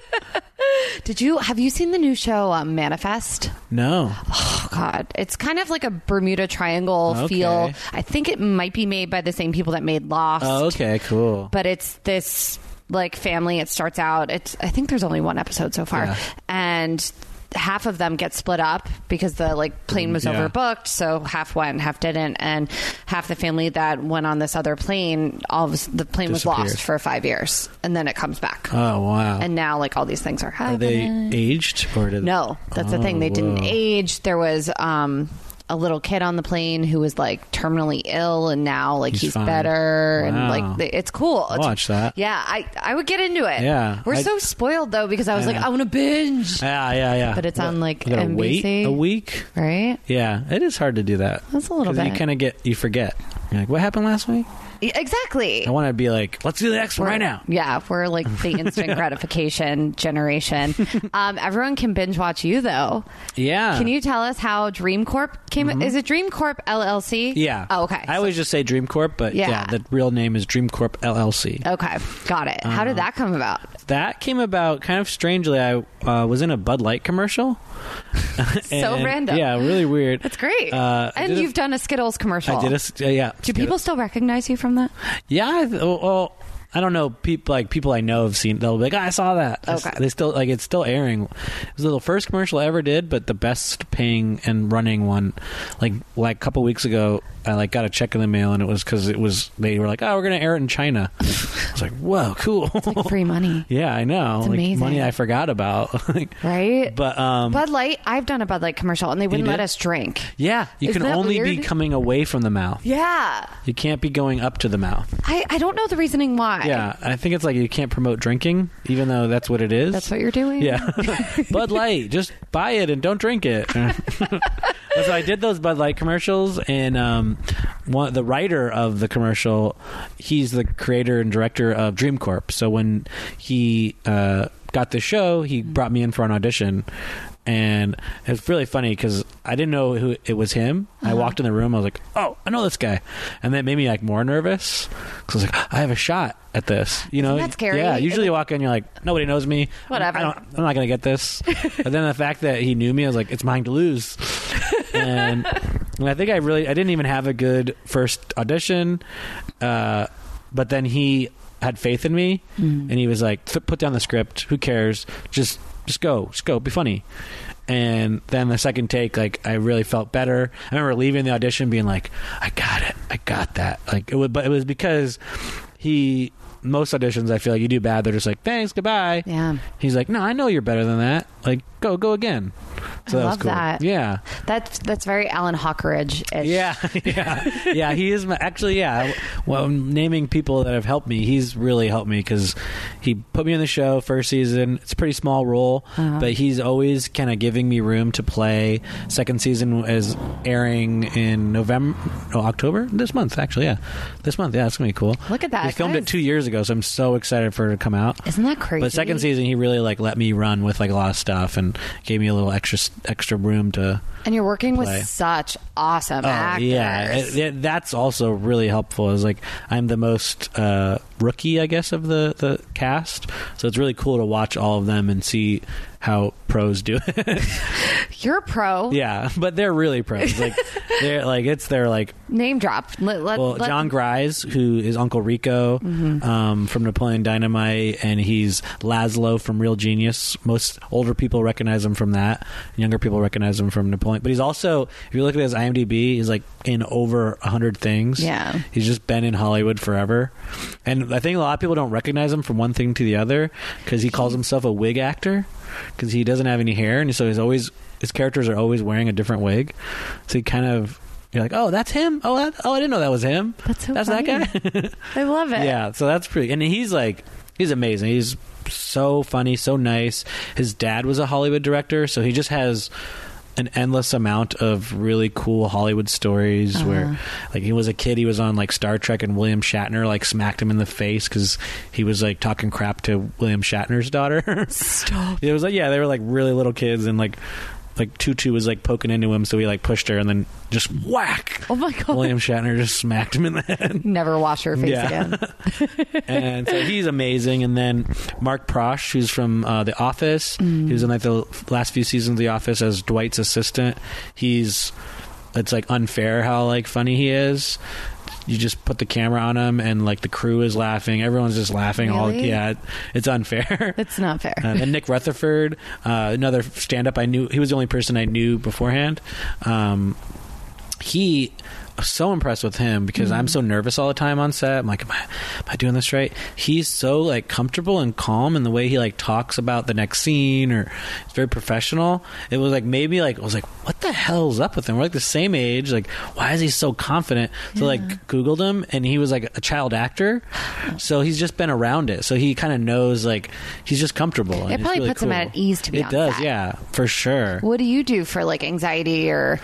Did you have you seen the new show um, Manifest?
no.
Oh God, it's kind of like a Bermuda Triangle
Okay.
feel. I think it might be made by the same people that made Lost,
Oh, okay. Cool.
but it's this like family. It starts out. It's I think there's only one episode so far,
Yeah.
and half of them get split up because the like plane was
Mm, Yeah.
overbooked so half went half didn't and half the family that went on this other plane all of a s- the plane was lost
Disappeared.
for five years and then it comes back
oh wow.
and now like all these things are
are
happening.
they aged or did
uh, no, that's the
Oh,
thing. They didn't
whoa.
age. There was um a little kid on the plane who was like terminally ill and now like he's,
He's fine.
better and
Wow.
like they- it's cool. It's-
Watch that.
Yeah, I I would get into it.
Yeah,
We're
I-
so spoiled though because I was
I
like
know.
I want to binge.
Yeah, yeah, yeah.
But it's on, like,
we gotta
NBC.
Wait a week.
Right?
Yeah, it is hard to do that.
That's a little
'Cause
bit.
You kind of get you forget. You're like, what happened last week?
Yeah, Exactly.
I want to be like, let's do the next one
We're-
right now.
Yeah, we're like the
(laughs)
instant gratification generation. Um, everyone can binge watch you though.
Yeah.
Can you tell us how Dream Corp came? Is it Dream Corp LLC?
Mm-hmm. Yeah.
Oh, okay.
I always just say Dream Corp, but
Yeah.
yeah, the real name is Dream Corp LLC.
Okay, got it. How
Uh-huh.
did that come about?
That came about kind of strangely. I uh, was in a Bud Light commercial.
So
And-
random.
Yeah, really weird.
That's great.
Uh, I
and
did a-
you've done a Skittles commercial.
I did a s- uh, yeah.
Do people still recognize you from that?
Yeah, I, th- well, well, I don't know. People like people I know have seen. They'll be like, "Ah, I saw that. I s-
Okay.
They still like it's still airing. It was the first commercial I ever did, but the best paying and running one. Like like a couple weeks ago, I like got a check in the mail, and it was because it was they were like, oh, we're gonna air it
(laughs)
in China. I was like, whoa, cool. (laughs)
Like free money,
yeah, I know.
It's
like,
amazing.
Money I forgot about. (laughs) Like,
right?
but um,
Bud Light. I've done a Bud Light commercial, and they wouldn't
did?
let us drink.
yeah, you
Isn't
can
that
only be
weird?
coming away from the mouth.
Yeah,
You can't be going up to the mouth.
I, I don't know the reasoning why.
Yeah, I think it's like you can't promote drinking, even though that's what it is.
that's what you're doing.
(laughs)
(laughs)
Yeah. Bud Light, just buy it and don't drink it. (laughs) so I did those Bud Light commercials, and um, one, the writer of the commercial, he's the creator and director of Dream Corp. So when he uh, got the show, he
Mm-hmm.
brought me in for an audition. And it was really funny because I didn't know who it was him.
Uh-huh.
I walked in the room. I was like, "Oh, I know this guy," and that made me like more nervous because I was like, "I have a shot at this." You know,
Isn't that scary?
Yeah. Usually you walk in, you're like, nobody knows me.
Whatever.
I don't, I'm not gonna get this. but then the fact that he knew me, I was like, it's mine to lose. and, and I think I really, I didn't even have a good first audition. Uh, but then he had faith in me, and he was like, "Th- put down the script. Who cares? Just, just go, just go. Be funny. And then the second take, like I really felt better. I remember leaving the audition, being like, "I got it, I got that." Like it was, but it was because he. Most auditions, I feel like you do bad. They're just like, "Thanks, goodbye."
Yeah.
He's like, "No, I know you're better than that. Like, go, go again." So
I love
that was cool.
that.
Yeah,
That's that's very Alan Hawkeridge.
yeah, (laughs) yeah, yeah. He is my, actually, yeah. Well, naming people that have helped me, he's really helped me because He put me on the show first season. It's a pretty small role,
Uh-huh.
but he's always kind of giving me room to play. Second season is airing in November, no, October this month actually. Yeah, this month. Yeah, it's gonna be cool.
Look at that,
We filmed it
guys.
two years ago, so I'm so excited for it to come out.
Isn't that crazy?
But second season, he really like let me run with like a lot of stuff and gave me a little extra extra room to.
and you're working
play.
with such awesome
Oh,
actors.
yeah, It- it- that's also really helpful. Is like I'm the most uh, rookie, I guess, of the the cast, so it's really cool to watch all of them and see how pros do it. (laughs)
You're a pro.
yeah, but they're really pros.
(laughs)
Like they're like it's their like
Name drop. Let, let,
well,
let-
John Grise, who is Uncle Rico
Mm-hmm.
um, from Napoleon Dynamite, and he's Laszlo from Real Genius. Most older people recognize him from that. Younger people recognize him from Napoleon. But he's also, if you look at his IMDb, he's like in over a hundred things.
Yeah.
he's just been in Hollywood forever. And I think a lot of people don't recognize him from one thing to the other because he calls himself a wig actor because he doesn't have any hair, and so he's always his characters are always wearing a different wig. So he kind of. You're like, oh, that's him. Oh, that, oh, I didn't know that was him.
That's so
That's
funny.
that guy. (laughs)
I love it.
yeah, so that's pretty. And he's like, he's amazing. He's so funny, so nice. His dad was a Hollywood director, so he just has an endless amount of really cool Hollywood stories where like he was a kid he was on like Star Trek and William Shatner like smacked him in the face cuz he was like talking crap to William Shatner's daughter. (laughs) Stop. It was like yeah, they were like really little kids and like like Tutu was like poking into him so he like pushed her and then just whack.
Oh my god.
William Shatner just smacked him in the head.
Never wash her face
Yeah.
again.
and so he's amazing. And then Mark Prosh, who's from uh, The Office, he was in like the last few seasons of The Office as Dwight's assistant. He's it's like unfair how like funny he is. You just put the camera on him, and like the crew is laughing. Everyone's just laughing. All
Really?
yeah, it-
(laughs)
it's unfair. (laughs)
It's not fair.
Um, and Nick Rutherford, uh, another stand-up I knew. He was the only person I knew beforehand. Um, he so impressed with him because I'm
Mm-hmm.
so nervous all the time on set. I'm like, am I, am I doing this right? He's so like comfortable and calm in the way he like talks about the next scene or it's very professional. It was like maybe like I was like, what the hell's up with him? We're like the same age. Like, why is he so confident? So like Googled him and he was like a child actor. So he's just been around it. So he kind of knows like he's just comfortable. and
It
it's
probably
really
puts him
cool.
at ease to be
It
on
does,
set.
yeah, for sure.
What do you do for like anxiety or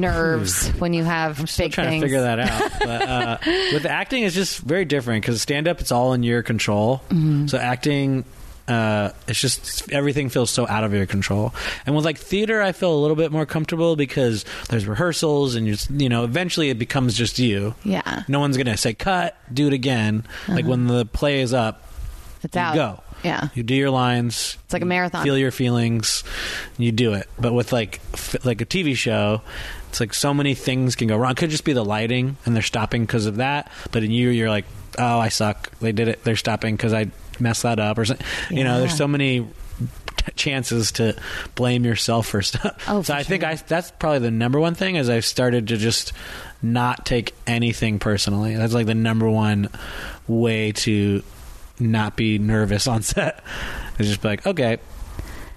nerves when you have
I'm still
big
trying
things?
to figure
(laughs)
that out. But uh, with acting, it's just very different because stand up, it's all in your control.
Mm-hmm.
So acting, uh, it's just everything feels so out of your control. And with like theater, I feel a little bit more comfortable because there's rehearsals and you you know eventually it becomes just you.
Yeah. Uh-huh.
No one's gonna say cut, do it again. Like when the play is up,
It's
you
out.
go.
Yeah.
You do your lines.
It's like a marathon.
Feel your feelings. You do it. But with like f- like a TV show, it's like so many things can go wrong. It could just be the lighting and they're stopping because of that. But in you, you're like, oh, I suck. They did it. They're stopping because I messed that up or something. You know, there's so many t- chances to blame yourself for (laughs) stuff.
Oh,
so
for
I think
sure.
I that's probably the number one thing is I've started to just not take anything personally. That's like the number one way to not be nervous (laughs) on set. It's just be like, okay,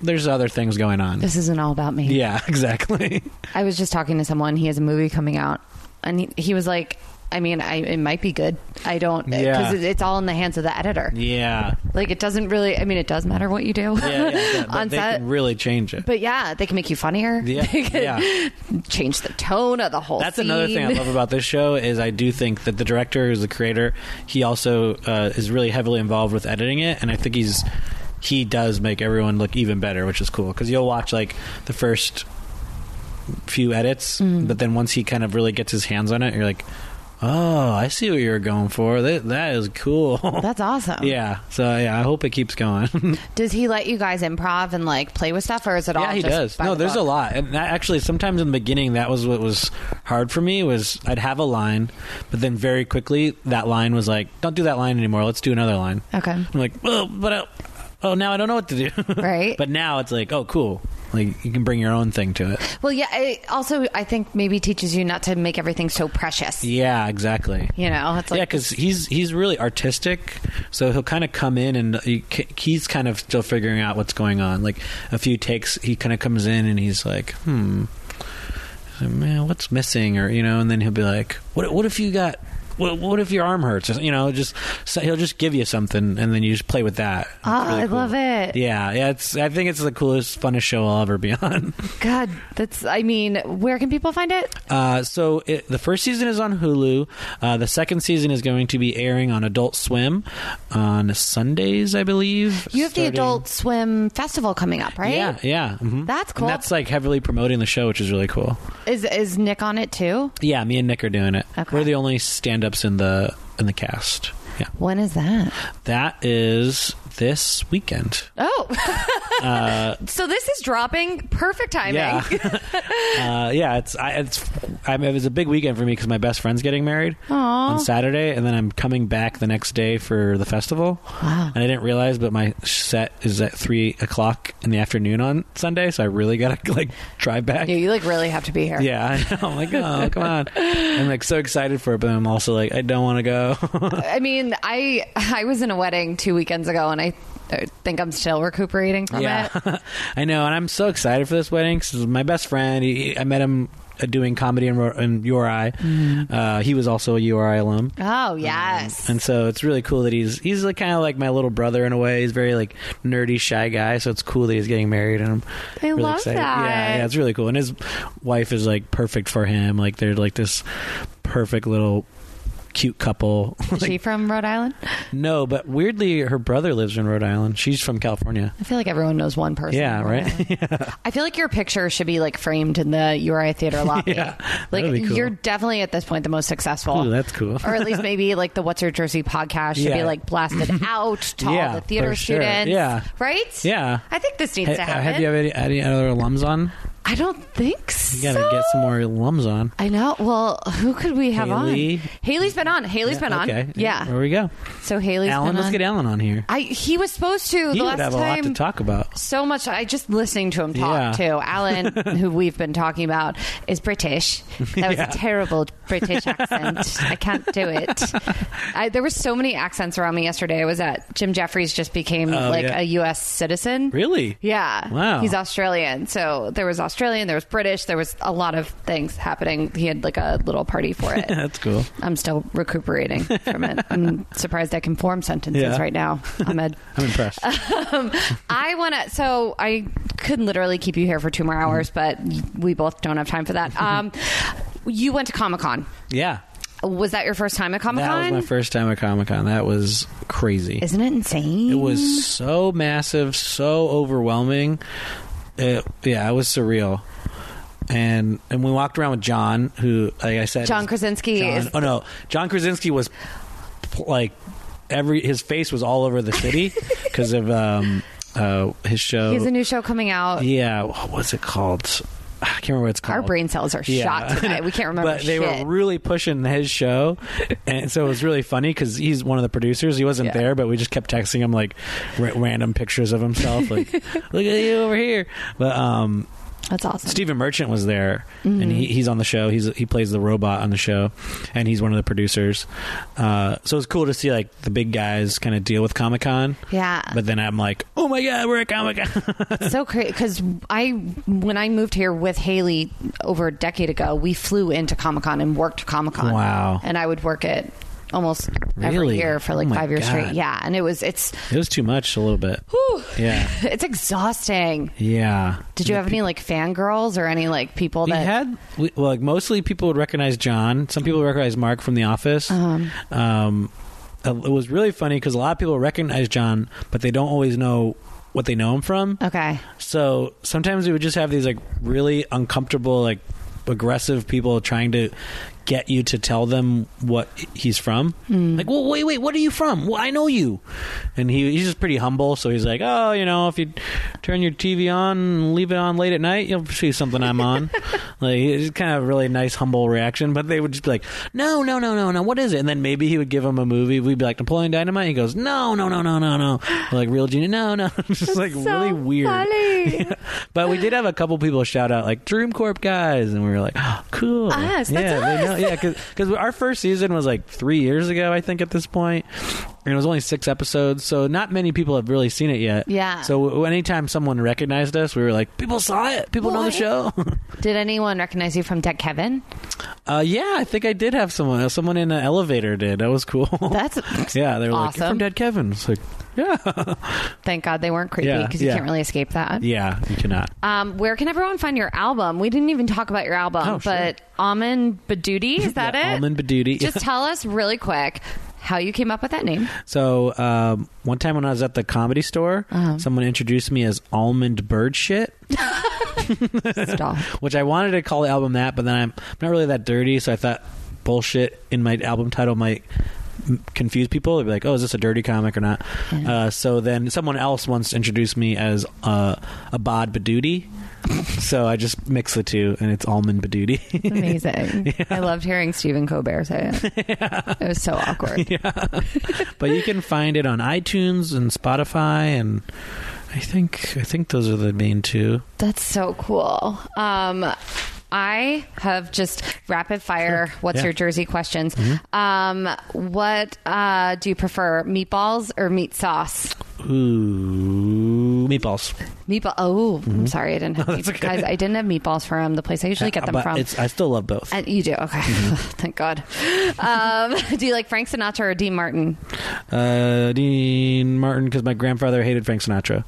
there's other things going on.
This isn't all about me.
Yeah, (laughs)
(laughs)
exactly.
I was just talking to someone. He has a movie coming out, and he, he was like, "I mean, I, it might be good. I don't
Yeah.
because it it's all in the hands of the editor.
yeah.
Like, it doesn't really. I mean, it does matter what you do
Yeah, yeah,
(laughs)
yeah. But
on
they
set,
can really change it.
but yeah, they can make you funnier.
Yeah,
(laughs) They can
yeah.
change the tone of the whole.
That's another thing I
scene.
love about this show is I do think that the director, who's the creator, he also uh, is really heavily involved with editing it, and I think he's he does make everyone look even better, which is cool because you'll watch like the first few edits, but then once he kind of really gets his hands on it, you're like, oh, I see what you're going for. That that is cool. (laughs)
That's awesome.
yeah. So yeah, I hope it keeps going. (laughs)
Does he let you guys improv and like play with stuff, or is it all?
yeah, he
just
does.
by
No,
the
there's a
book?
lot, and that actually sometimes in the beginning that was what was hard for me was I'd have a line, but then very quickly that line was like, "Don't do that line anymore. Let's do another line."
Okay.
I'm like, "Oh, but I, oh, now I don't know what to do." (laughs)
Right.
but now it's like, "Oh, cool." Like you can bring your own thing to it.
Well, yeah. It also, I think maybe teaches you not to make everything so precious.
Yeah, exactly.
You know, it's like
yeah, because he's he's really artistic, so he'll kind of come in and he, he's kind of still figuring out what's going on. Like a few takes, he kind of comes in and he's like, "Hmm, man, what's missing?" Or you know, and then he'll be like, "What what if you got what, what if your arm hurts? You know, just so he'll just give you something, and then you just play with that. It's
"Ah,
Oh,
really
I
cool.
love it.
Yeah, yeah. It's I think it's the coolest, funnest show I'll ever be (laughs) on.
God, that's. I mean, where can people find it?
Uh, so it, the first season is on Hulu. Uh, the second season is going to be airing on Adult Swim on Sundays, I believe.
You have
starting-
the Adult Swim Festival coming up, right?
Yeah, yeah. mhm.
That's
And
cool.
that's like heavily promoting the show, which is really cool.
Is is Nick on it too?
Yeah, me and Nick are doing it.
Okay.
We're the only stand-ups in the in the cast. Yeah,
When is that?
that is this weekend. Uh,
Oh, (laughs) so this is dropping. Perfect timing.
Yeah,
(laughs)
uh, yeah. It's I, it's I mean, it was a big weekend for me because my best friend's getting married on (laughs) Saturday, and then I'm coming back the next day for the festival.
Wow.
And I didn't realize, but my set is at three o'clock in the afternoon on Sunday, so I really gotta (laughs) like drive back.
Yeah, you like really have to be here.
Yeah, I know. I'm like, oh, come on. I'm like so excited for it, but I'm also like, I don't want to go.
I mean, I I was in a wedding two weekends ago, and I, I think I'm still recuperating from
(laughs) yeah,
it.
I know, and I'm so excited for this wedding. 'cause my best friend, he, he- I met him uh, doing comedy in, Ro- in URI. Uh, he was also a URI alum.
Oh yes.
(laughs) And so it's really cool that he's he's like kind of like my little brother in a way. He's very like nerdy, shy guy. So it's cool that he's getting married, and I'm
I
really
love
excited.
that.
Yeah, yeah, it's really cool. And his wife is like perfect for him. Like they're like this perfect little cute couple. (laughs)
is she from Rhode Island?
No, but weirdly, her brother lives in Rhode Island. She's from California.
I feel like everyone knows one person.
Yeah,
in Rhode
right.
Island. I feel like your picture should be like framed in the URI
(laughs)
theater lobby.
Yeah,
like
that'd be cool.
you're definitely at this point the most successful.
(laughs) Ooh, that's (laughs) cool.
or at least maybe like the What's Your Jersey podcast should be
Yeah.
like blasted
(laughs)
out to
Yeah,
all the theater
for sure.
students.
Yeah.
Right?
Yeah.
I think this needs
Hey,
to
uh,
happen.
have you have any, any other alums on?
I don't think so.
You gotta get some more alums on.
I know. Well, who could we have
Haley?
on? Haley's been on. Haley's been on.
Okay. There
Yeah.
we go.
So Haley's
Alan,
been
let's
on.
get Alan on here.
I he was supposed to
He
the
would
last
have a
time.
lot to talk about.
so much. I just listening to him talk
Yeah.
too. Alan,
(laughs)
who we've been talking about, is British. That was
Yeah.
a terrible British accent. I can't do
(laughs)
it. I, there were so many accents around me yesterday. I was at Jim Jeffries just became
Oh,
like
yeah.
a U.S. citizen.
Really?
Yeah.
Wow.
He's Australian. So there was Australian, there was British, there was a lot of things happening. He had like a little party for it.
(laughs) That's cool.
I'm still recuperating from it. I'm surprised I can form sentences
Yeah.
right now. I'm
(laughs)
a
I'm impressed.
Uh, I want to. So I could literally keep you here for two more
Mm-hmm.
hours, but we both don't have time for that.
(laughs)
Um, you went to Comic Con.
yeah.
Was that your first time at Comic
That was
Con?
my first time at Comic Con. That was crazy.
Isn't it insane?
It was so massive, so overwhelming. It, yeah, it was surreal. And and we walked around with John, who, like I said,
John Krasinski
John-
is-
oh no, John Krasinski was p- like every his face was all over
(laughs)
the city because of um uh his show.
He has a new show coming out.
yeah, what was it called? I can't remember what it's called.
Our brain cells are
Yeah.
shot today.
(laughs)
We can't remember.
But they
shit.
were really pushing his show, and so it was really funny because he's one of the producers. He wasn't
Yeah.
there, but we just kept texting him like ra- random pictures of himself,
(laughs)
like "Look at you over here." But um,
That's awesome.
Stephen Merchant was there, and
Mm-hmm.
he, he's on the show. He's he plays the robot on the show, and he's one of the producers. Uh, so it's cool to see like the big guys kind of deal with Comic Con.
Yeah.
But then I'm like, oh my god, we're at Comic Con.
so crazy because I when I moved here with Haley over a decade ago, we flew into Comic Con and worked Comic Con.
Wow.
And I would work it almost every
Really?
year for like
Oh
five
my
years straight.
God.
Yeah, and it was it's
(laughs) it was too much a little bit.
whew,
Yeah.
it's exhausting.
Yeah.
Did you have any like fangirls or any like people
We
that
had we, well, like mostly people would recognize John. Some people would recognize Mark from The Office. Um,
Uh-huh.
uh, it was really funny because a lot of people recognize John, but they don't always know what they know him from.
Okay.
So sometimes we would just have these like really uncomfortable, like aggressive people trying to get you to tell them what he's from. Like, well, wait, wait, what are you from? Well, I know you. And he he's just pretty humble, so he's like, oh, you know, if you turn your TV on and leave it on late at night, you'll see something I'm on. like, it's just kind of a really nice, humble reaction. But they would just be like, no, no, no, no, no, what is it? And then maybe he would give him a movie. We'd be like Napoleon Dynamite. He goes, no, no, no, no, no, no. We're like real genius. No, (laughs) no. It's just like really weird.
funny.
(laughs) But we did have a couple people shout out like Dream Corp guys, and we were like, oh, "Cool,
Us, that's
yeah, they know-
us.
yeah." Because our first season was like three years ago, I think, at this point, and it was only six episodes, so not many people have really seen it yet.
Yeah.
So w- anytime someone recognized us, we were like, "People saw it. People know the
What?
show." (laughs)
Did anyone recognize you from Deck Kevin?
Uh, yeah, I think I did have someone. Someone in an elevator did. That was cool. (laughs)
That's
yeah. They were like, "You're
awesome.
from Dead Kevin." It's like, (laughs) yeah,
Thank God they weren't creepy
Yeah,
because you
yeah.
can't really escape that.
yeah. You cannot.
Um, where can everyone find your album? We didn't even talk about your album,
Oh, sure.
but Almond Baduti, is that
Yeah,
it?
Almond (laughs) Baduti.
Just tell us really quick how you came up with that name.
So um, one time when I was at the comedy store, someone introduced me as almond bird shit, (laughs)
Stop.
which I wanted to call the album that, but then I'm, I'm not really that dirty, so I thought bullshit in my album title might m- confuse people. They'd be like, "Oh, is this a dirty comic or not?" Uh, so then someone else once introduced me as uh, Abad Baduti. So I just mix the two, and it's almond Baduti.
Amazing. I loved hearing Stephen Colbert say it.
(laughs)
It was so awkward.
(laughs) but you can find it on iTunes and Spotify, and I think I think those are the main two.
That's so cool. Um, I have just rapid fire. What's
Yeah. Mm-hmm.
your Jersey questions? Um, what uh, do you prefer, meatballs or meat sauce?
Ooh, meatballs.
Meatball. Oh,
Mm-hmm.
I'm sorry, I didn't
(laughs)
have meatballs. Guys, I didn't have meatballs from the place I usually get them
Uh, But
from.
It's, Mm-hmm. I still love both.
and you do okay. (laughs) Thank God. Um, (laughs) do you like Frank Sinatra or Dean Martin?
Uh, Dean Martin, because my grandfather hated Frank Sinatra.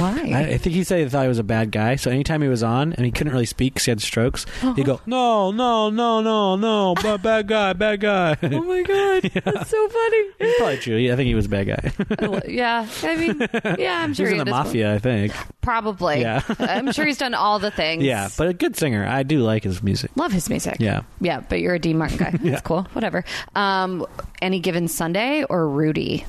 Why?
I, I think he said he thought he was a bad guy. So anytime he was on and he couldn't really speak because he
(gasps)
had strokes, he'd go, "No, no, no, no, no, bad, bad guy, bad guy." (laughs)
oh my God, that's so funny.
It's probably true. Yeah, I think he was a bad guy. (laughs)
yeah, I mean, yeah, I'm
he
sure
was
he
in the
does well.
mafia, I think.
Probably.
Yeah.
(laughs) I'm sure he's done all the things.
Yeah, but a good singer. I do like his music.
Love his music.
Yeah.
Yeah, but you're a Dean Martin
(laughs)
guy. That's cool. Whatever. Um, any given Sunday or Rudy?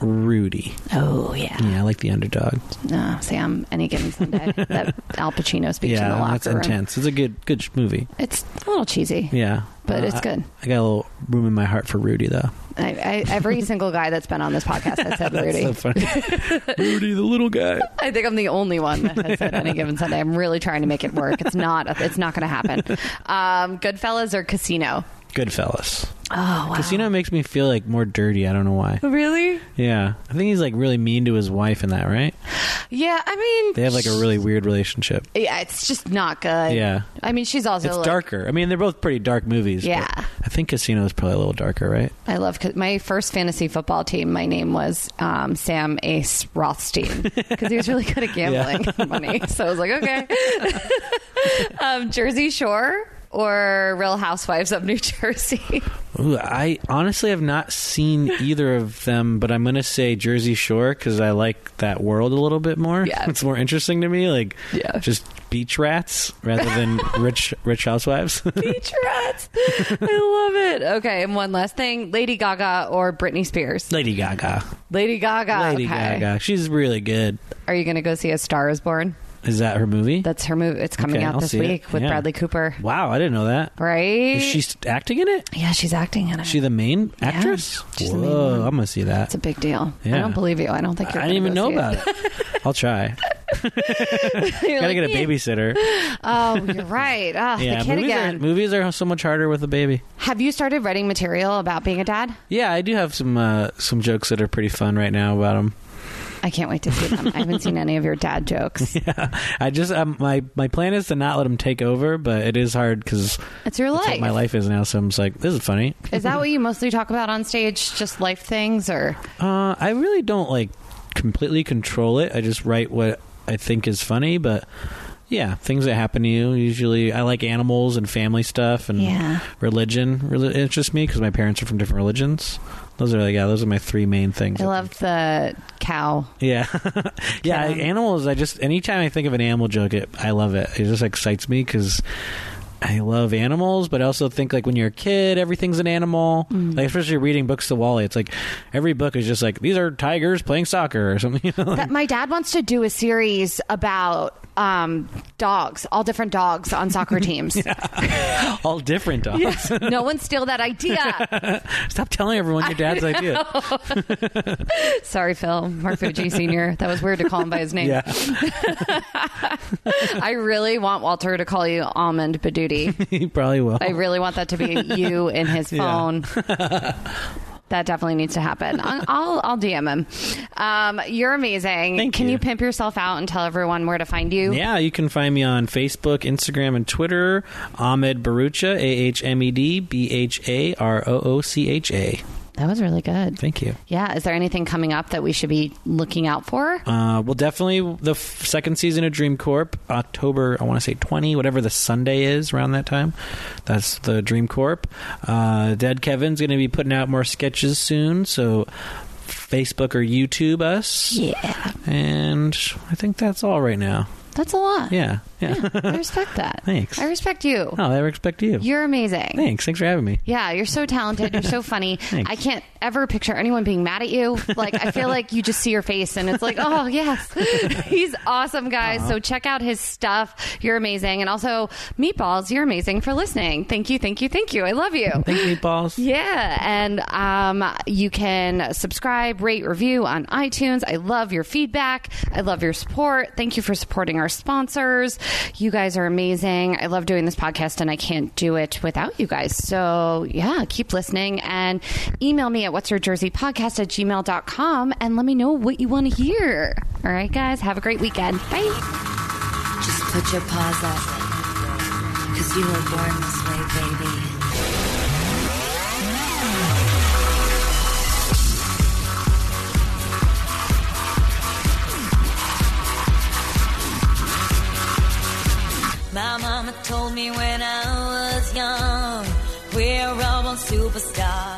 Rudy.
Oh, yeah.
Yeah, I like the underdog.
No, Sam, any given
(laughs)
Sunday. that Al Pacino speech in the
Yeah,
locker
that's
room.
intense. It's a good, good sh- movie.
It's a little cheesy.
Yeah,
But
Uh,
it's
I-
good.
I got a little room in my heart for Rudy, though.
I, I,
(laughs)
every single guy that's been on this podcast has said Rudy.
So funny. (laughs) Rudy, the little guy.
I think I'm the only one that has said any given Sunday. I'm really trying to make it work. It's not. It's not going to happen. Um, Goodfellas or Casino?
Goodfellas.
Oh, wow.
Casino makes me feel like more dirty. I don't know why.
Oh, Really?
Yeah, I think he's like really mean to his wife in that, right?
Yeah. I mean,
They have like a really weird relationship.
Yeah, it's just not good.
Yeah.
I mean, she's also
It's
like-
darker. I mean, they're both pretty dark movies. but
Yeah.
I think Casino is probably a little darker, right?
I love my first fantasy football team. My name was um, Sam Ace Rothstein because he was really good (laughs) at gambling money. (laughs) So I was like, okay, um, Jersey Shore or Real Housewives of New (laughs) Jersey.
Ooh, I honestly have not seen either of them, but I'm gonna say Jersey Shore because I like that world a little bit more.
Yeah.
(laughs) it's more interesting to me. Like,
Yeah.
just beach rats
(laughs)
rather than rich rich housewives. (laughs)
Beach rats. I love it. Okay, and one last thing: Lady Gaga or Britney Spears.
Lady Gaga.
Lady Gaga.
Lady
okay.
Gaga. She's really good.
Are you going to go see A Star Is Born?
Is that her movie?
That's her movie. It's coming
Okay,
out
I'll
this
see it.
week with
Yeah.
Bradley Cooper.
wow, I didn't know that.
Right?
Is she st- acting in it?
Yeah, she's acting in it.
She the main actress?
she's the
Whoa,
main one.
I'm gonna see that.
it's a big deal. I
Yeah.
don't believe you. I don't think you're
I didn't
gonna
even
go
know
see
about it.
(laughs)
I'll try.
You're
Gotta
like,
get a
"Yeah."
babysitter.
(laughs) Oh, you're right. Ah,
Yeah,
the kid
movies
again.
are movies are so much harder with a baby.
Have you started writing material about being a dad?
Yeah, I do have some uh, some jokes that are pretty fun right now about (laughs) them.
I can't wait to see them. I haven't seen any of your dad
(laughs)
jokes.
I just um, my my plan is to not let them take over, but it is hard because
It's your life.
my life is now. So I'm just like, this is funny.
Is that what you mostly talk about on stage? Just life things, or
Uh, I really don't like completely control it. I just write what I think is funny, but yeah, things that happen to you. Usually, I like animals and family stuff and
Yeah.
religion really interests me because my parents are from different religions. Those are like, yeah, those are my three main things.
I love the cow.
Yeah, yeah.
Yeah.
Animals. I just anytime I think of an animal joke, it I love it. It just excites me because I love animals, but I also think like when you're a kid, everything's an animal. Like especially reading books to Wally, it's like every book is just like these are tigers playing soccer or something. (laughs) You know?
That my dad wants to do a series about um, dogs, all different dogs on (laughs) soccer teams.
All different dogs.
No one steal that idea.
(laughs) Stop telling everyone your dad's idea.
(laughs) Sorry, Phil. Mark Fuji Sr. That was weird to call him by his name.
Yeah, (laughs)
I really want Walter to call you Almond Baduti.
he probably will.
(laughs) I really want that to be you in his
Yeah.
phone. That definitely needs to happen. I- I'll I'll DM him. Um, you're amazing.
Thank
Can you.
you.
pimp yourself out and tell everyone where to find you?
Yeah, you can find me on Facebook, Instagram, and Twitter. Ahmed Barucha, A H M E D B H A R O O C H A.
That was really good.
Thank you.
Yeah. Is there anything coming up that we should be looking out for?
Uh, well, definitely the f- second season of Dream Corp, October, I want to say 20, whatever the Sunday is around that time. That's the Dream Corp. Uh, Dead Kevin's going to be putting out more sketches soon, so Facebook or YouTube us.
Yeah.
And I think that's all right now.
That's a lot.
Yeah. Yeah.
I respect that.
Thanks.
I respect you.
(laughs) oh, I respect you.
You're amazing.
Thanks. Thanks for having me.
Yeah, you're so talented. You're so funny.
(laughs) Thanks.
I can't ever picture anyone being mad at you. Like, I feel like you just see your face and it's like, oh, yes. (laughs) He's awesome, guys. So check out his stuff. You're amazing. And also, Meatballs, you're amazing for listening. Thank you, thank you, thank you. I love you.
Thank you, Meatballs.
Yeah, and um, you can subscribe, rate, review on iTunes. I love your feedback. I love your support. Thank you for supporting our sponsors. You guys are amazing. I love doing this podcast, and I can't do it without you guys. So, yeah, keep listening and email me at what's your jersey podcast at gmail.com and let me know what you want to hear. All right, guys, have a great weekend. Bye.
Just put your paws up. Cause you were born this way, baby.
My mama told me when I was young, we're all on superstar.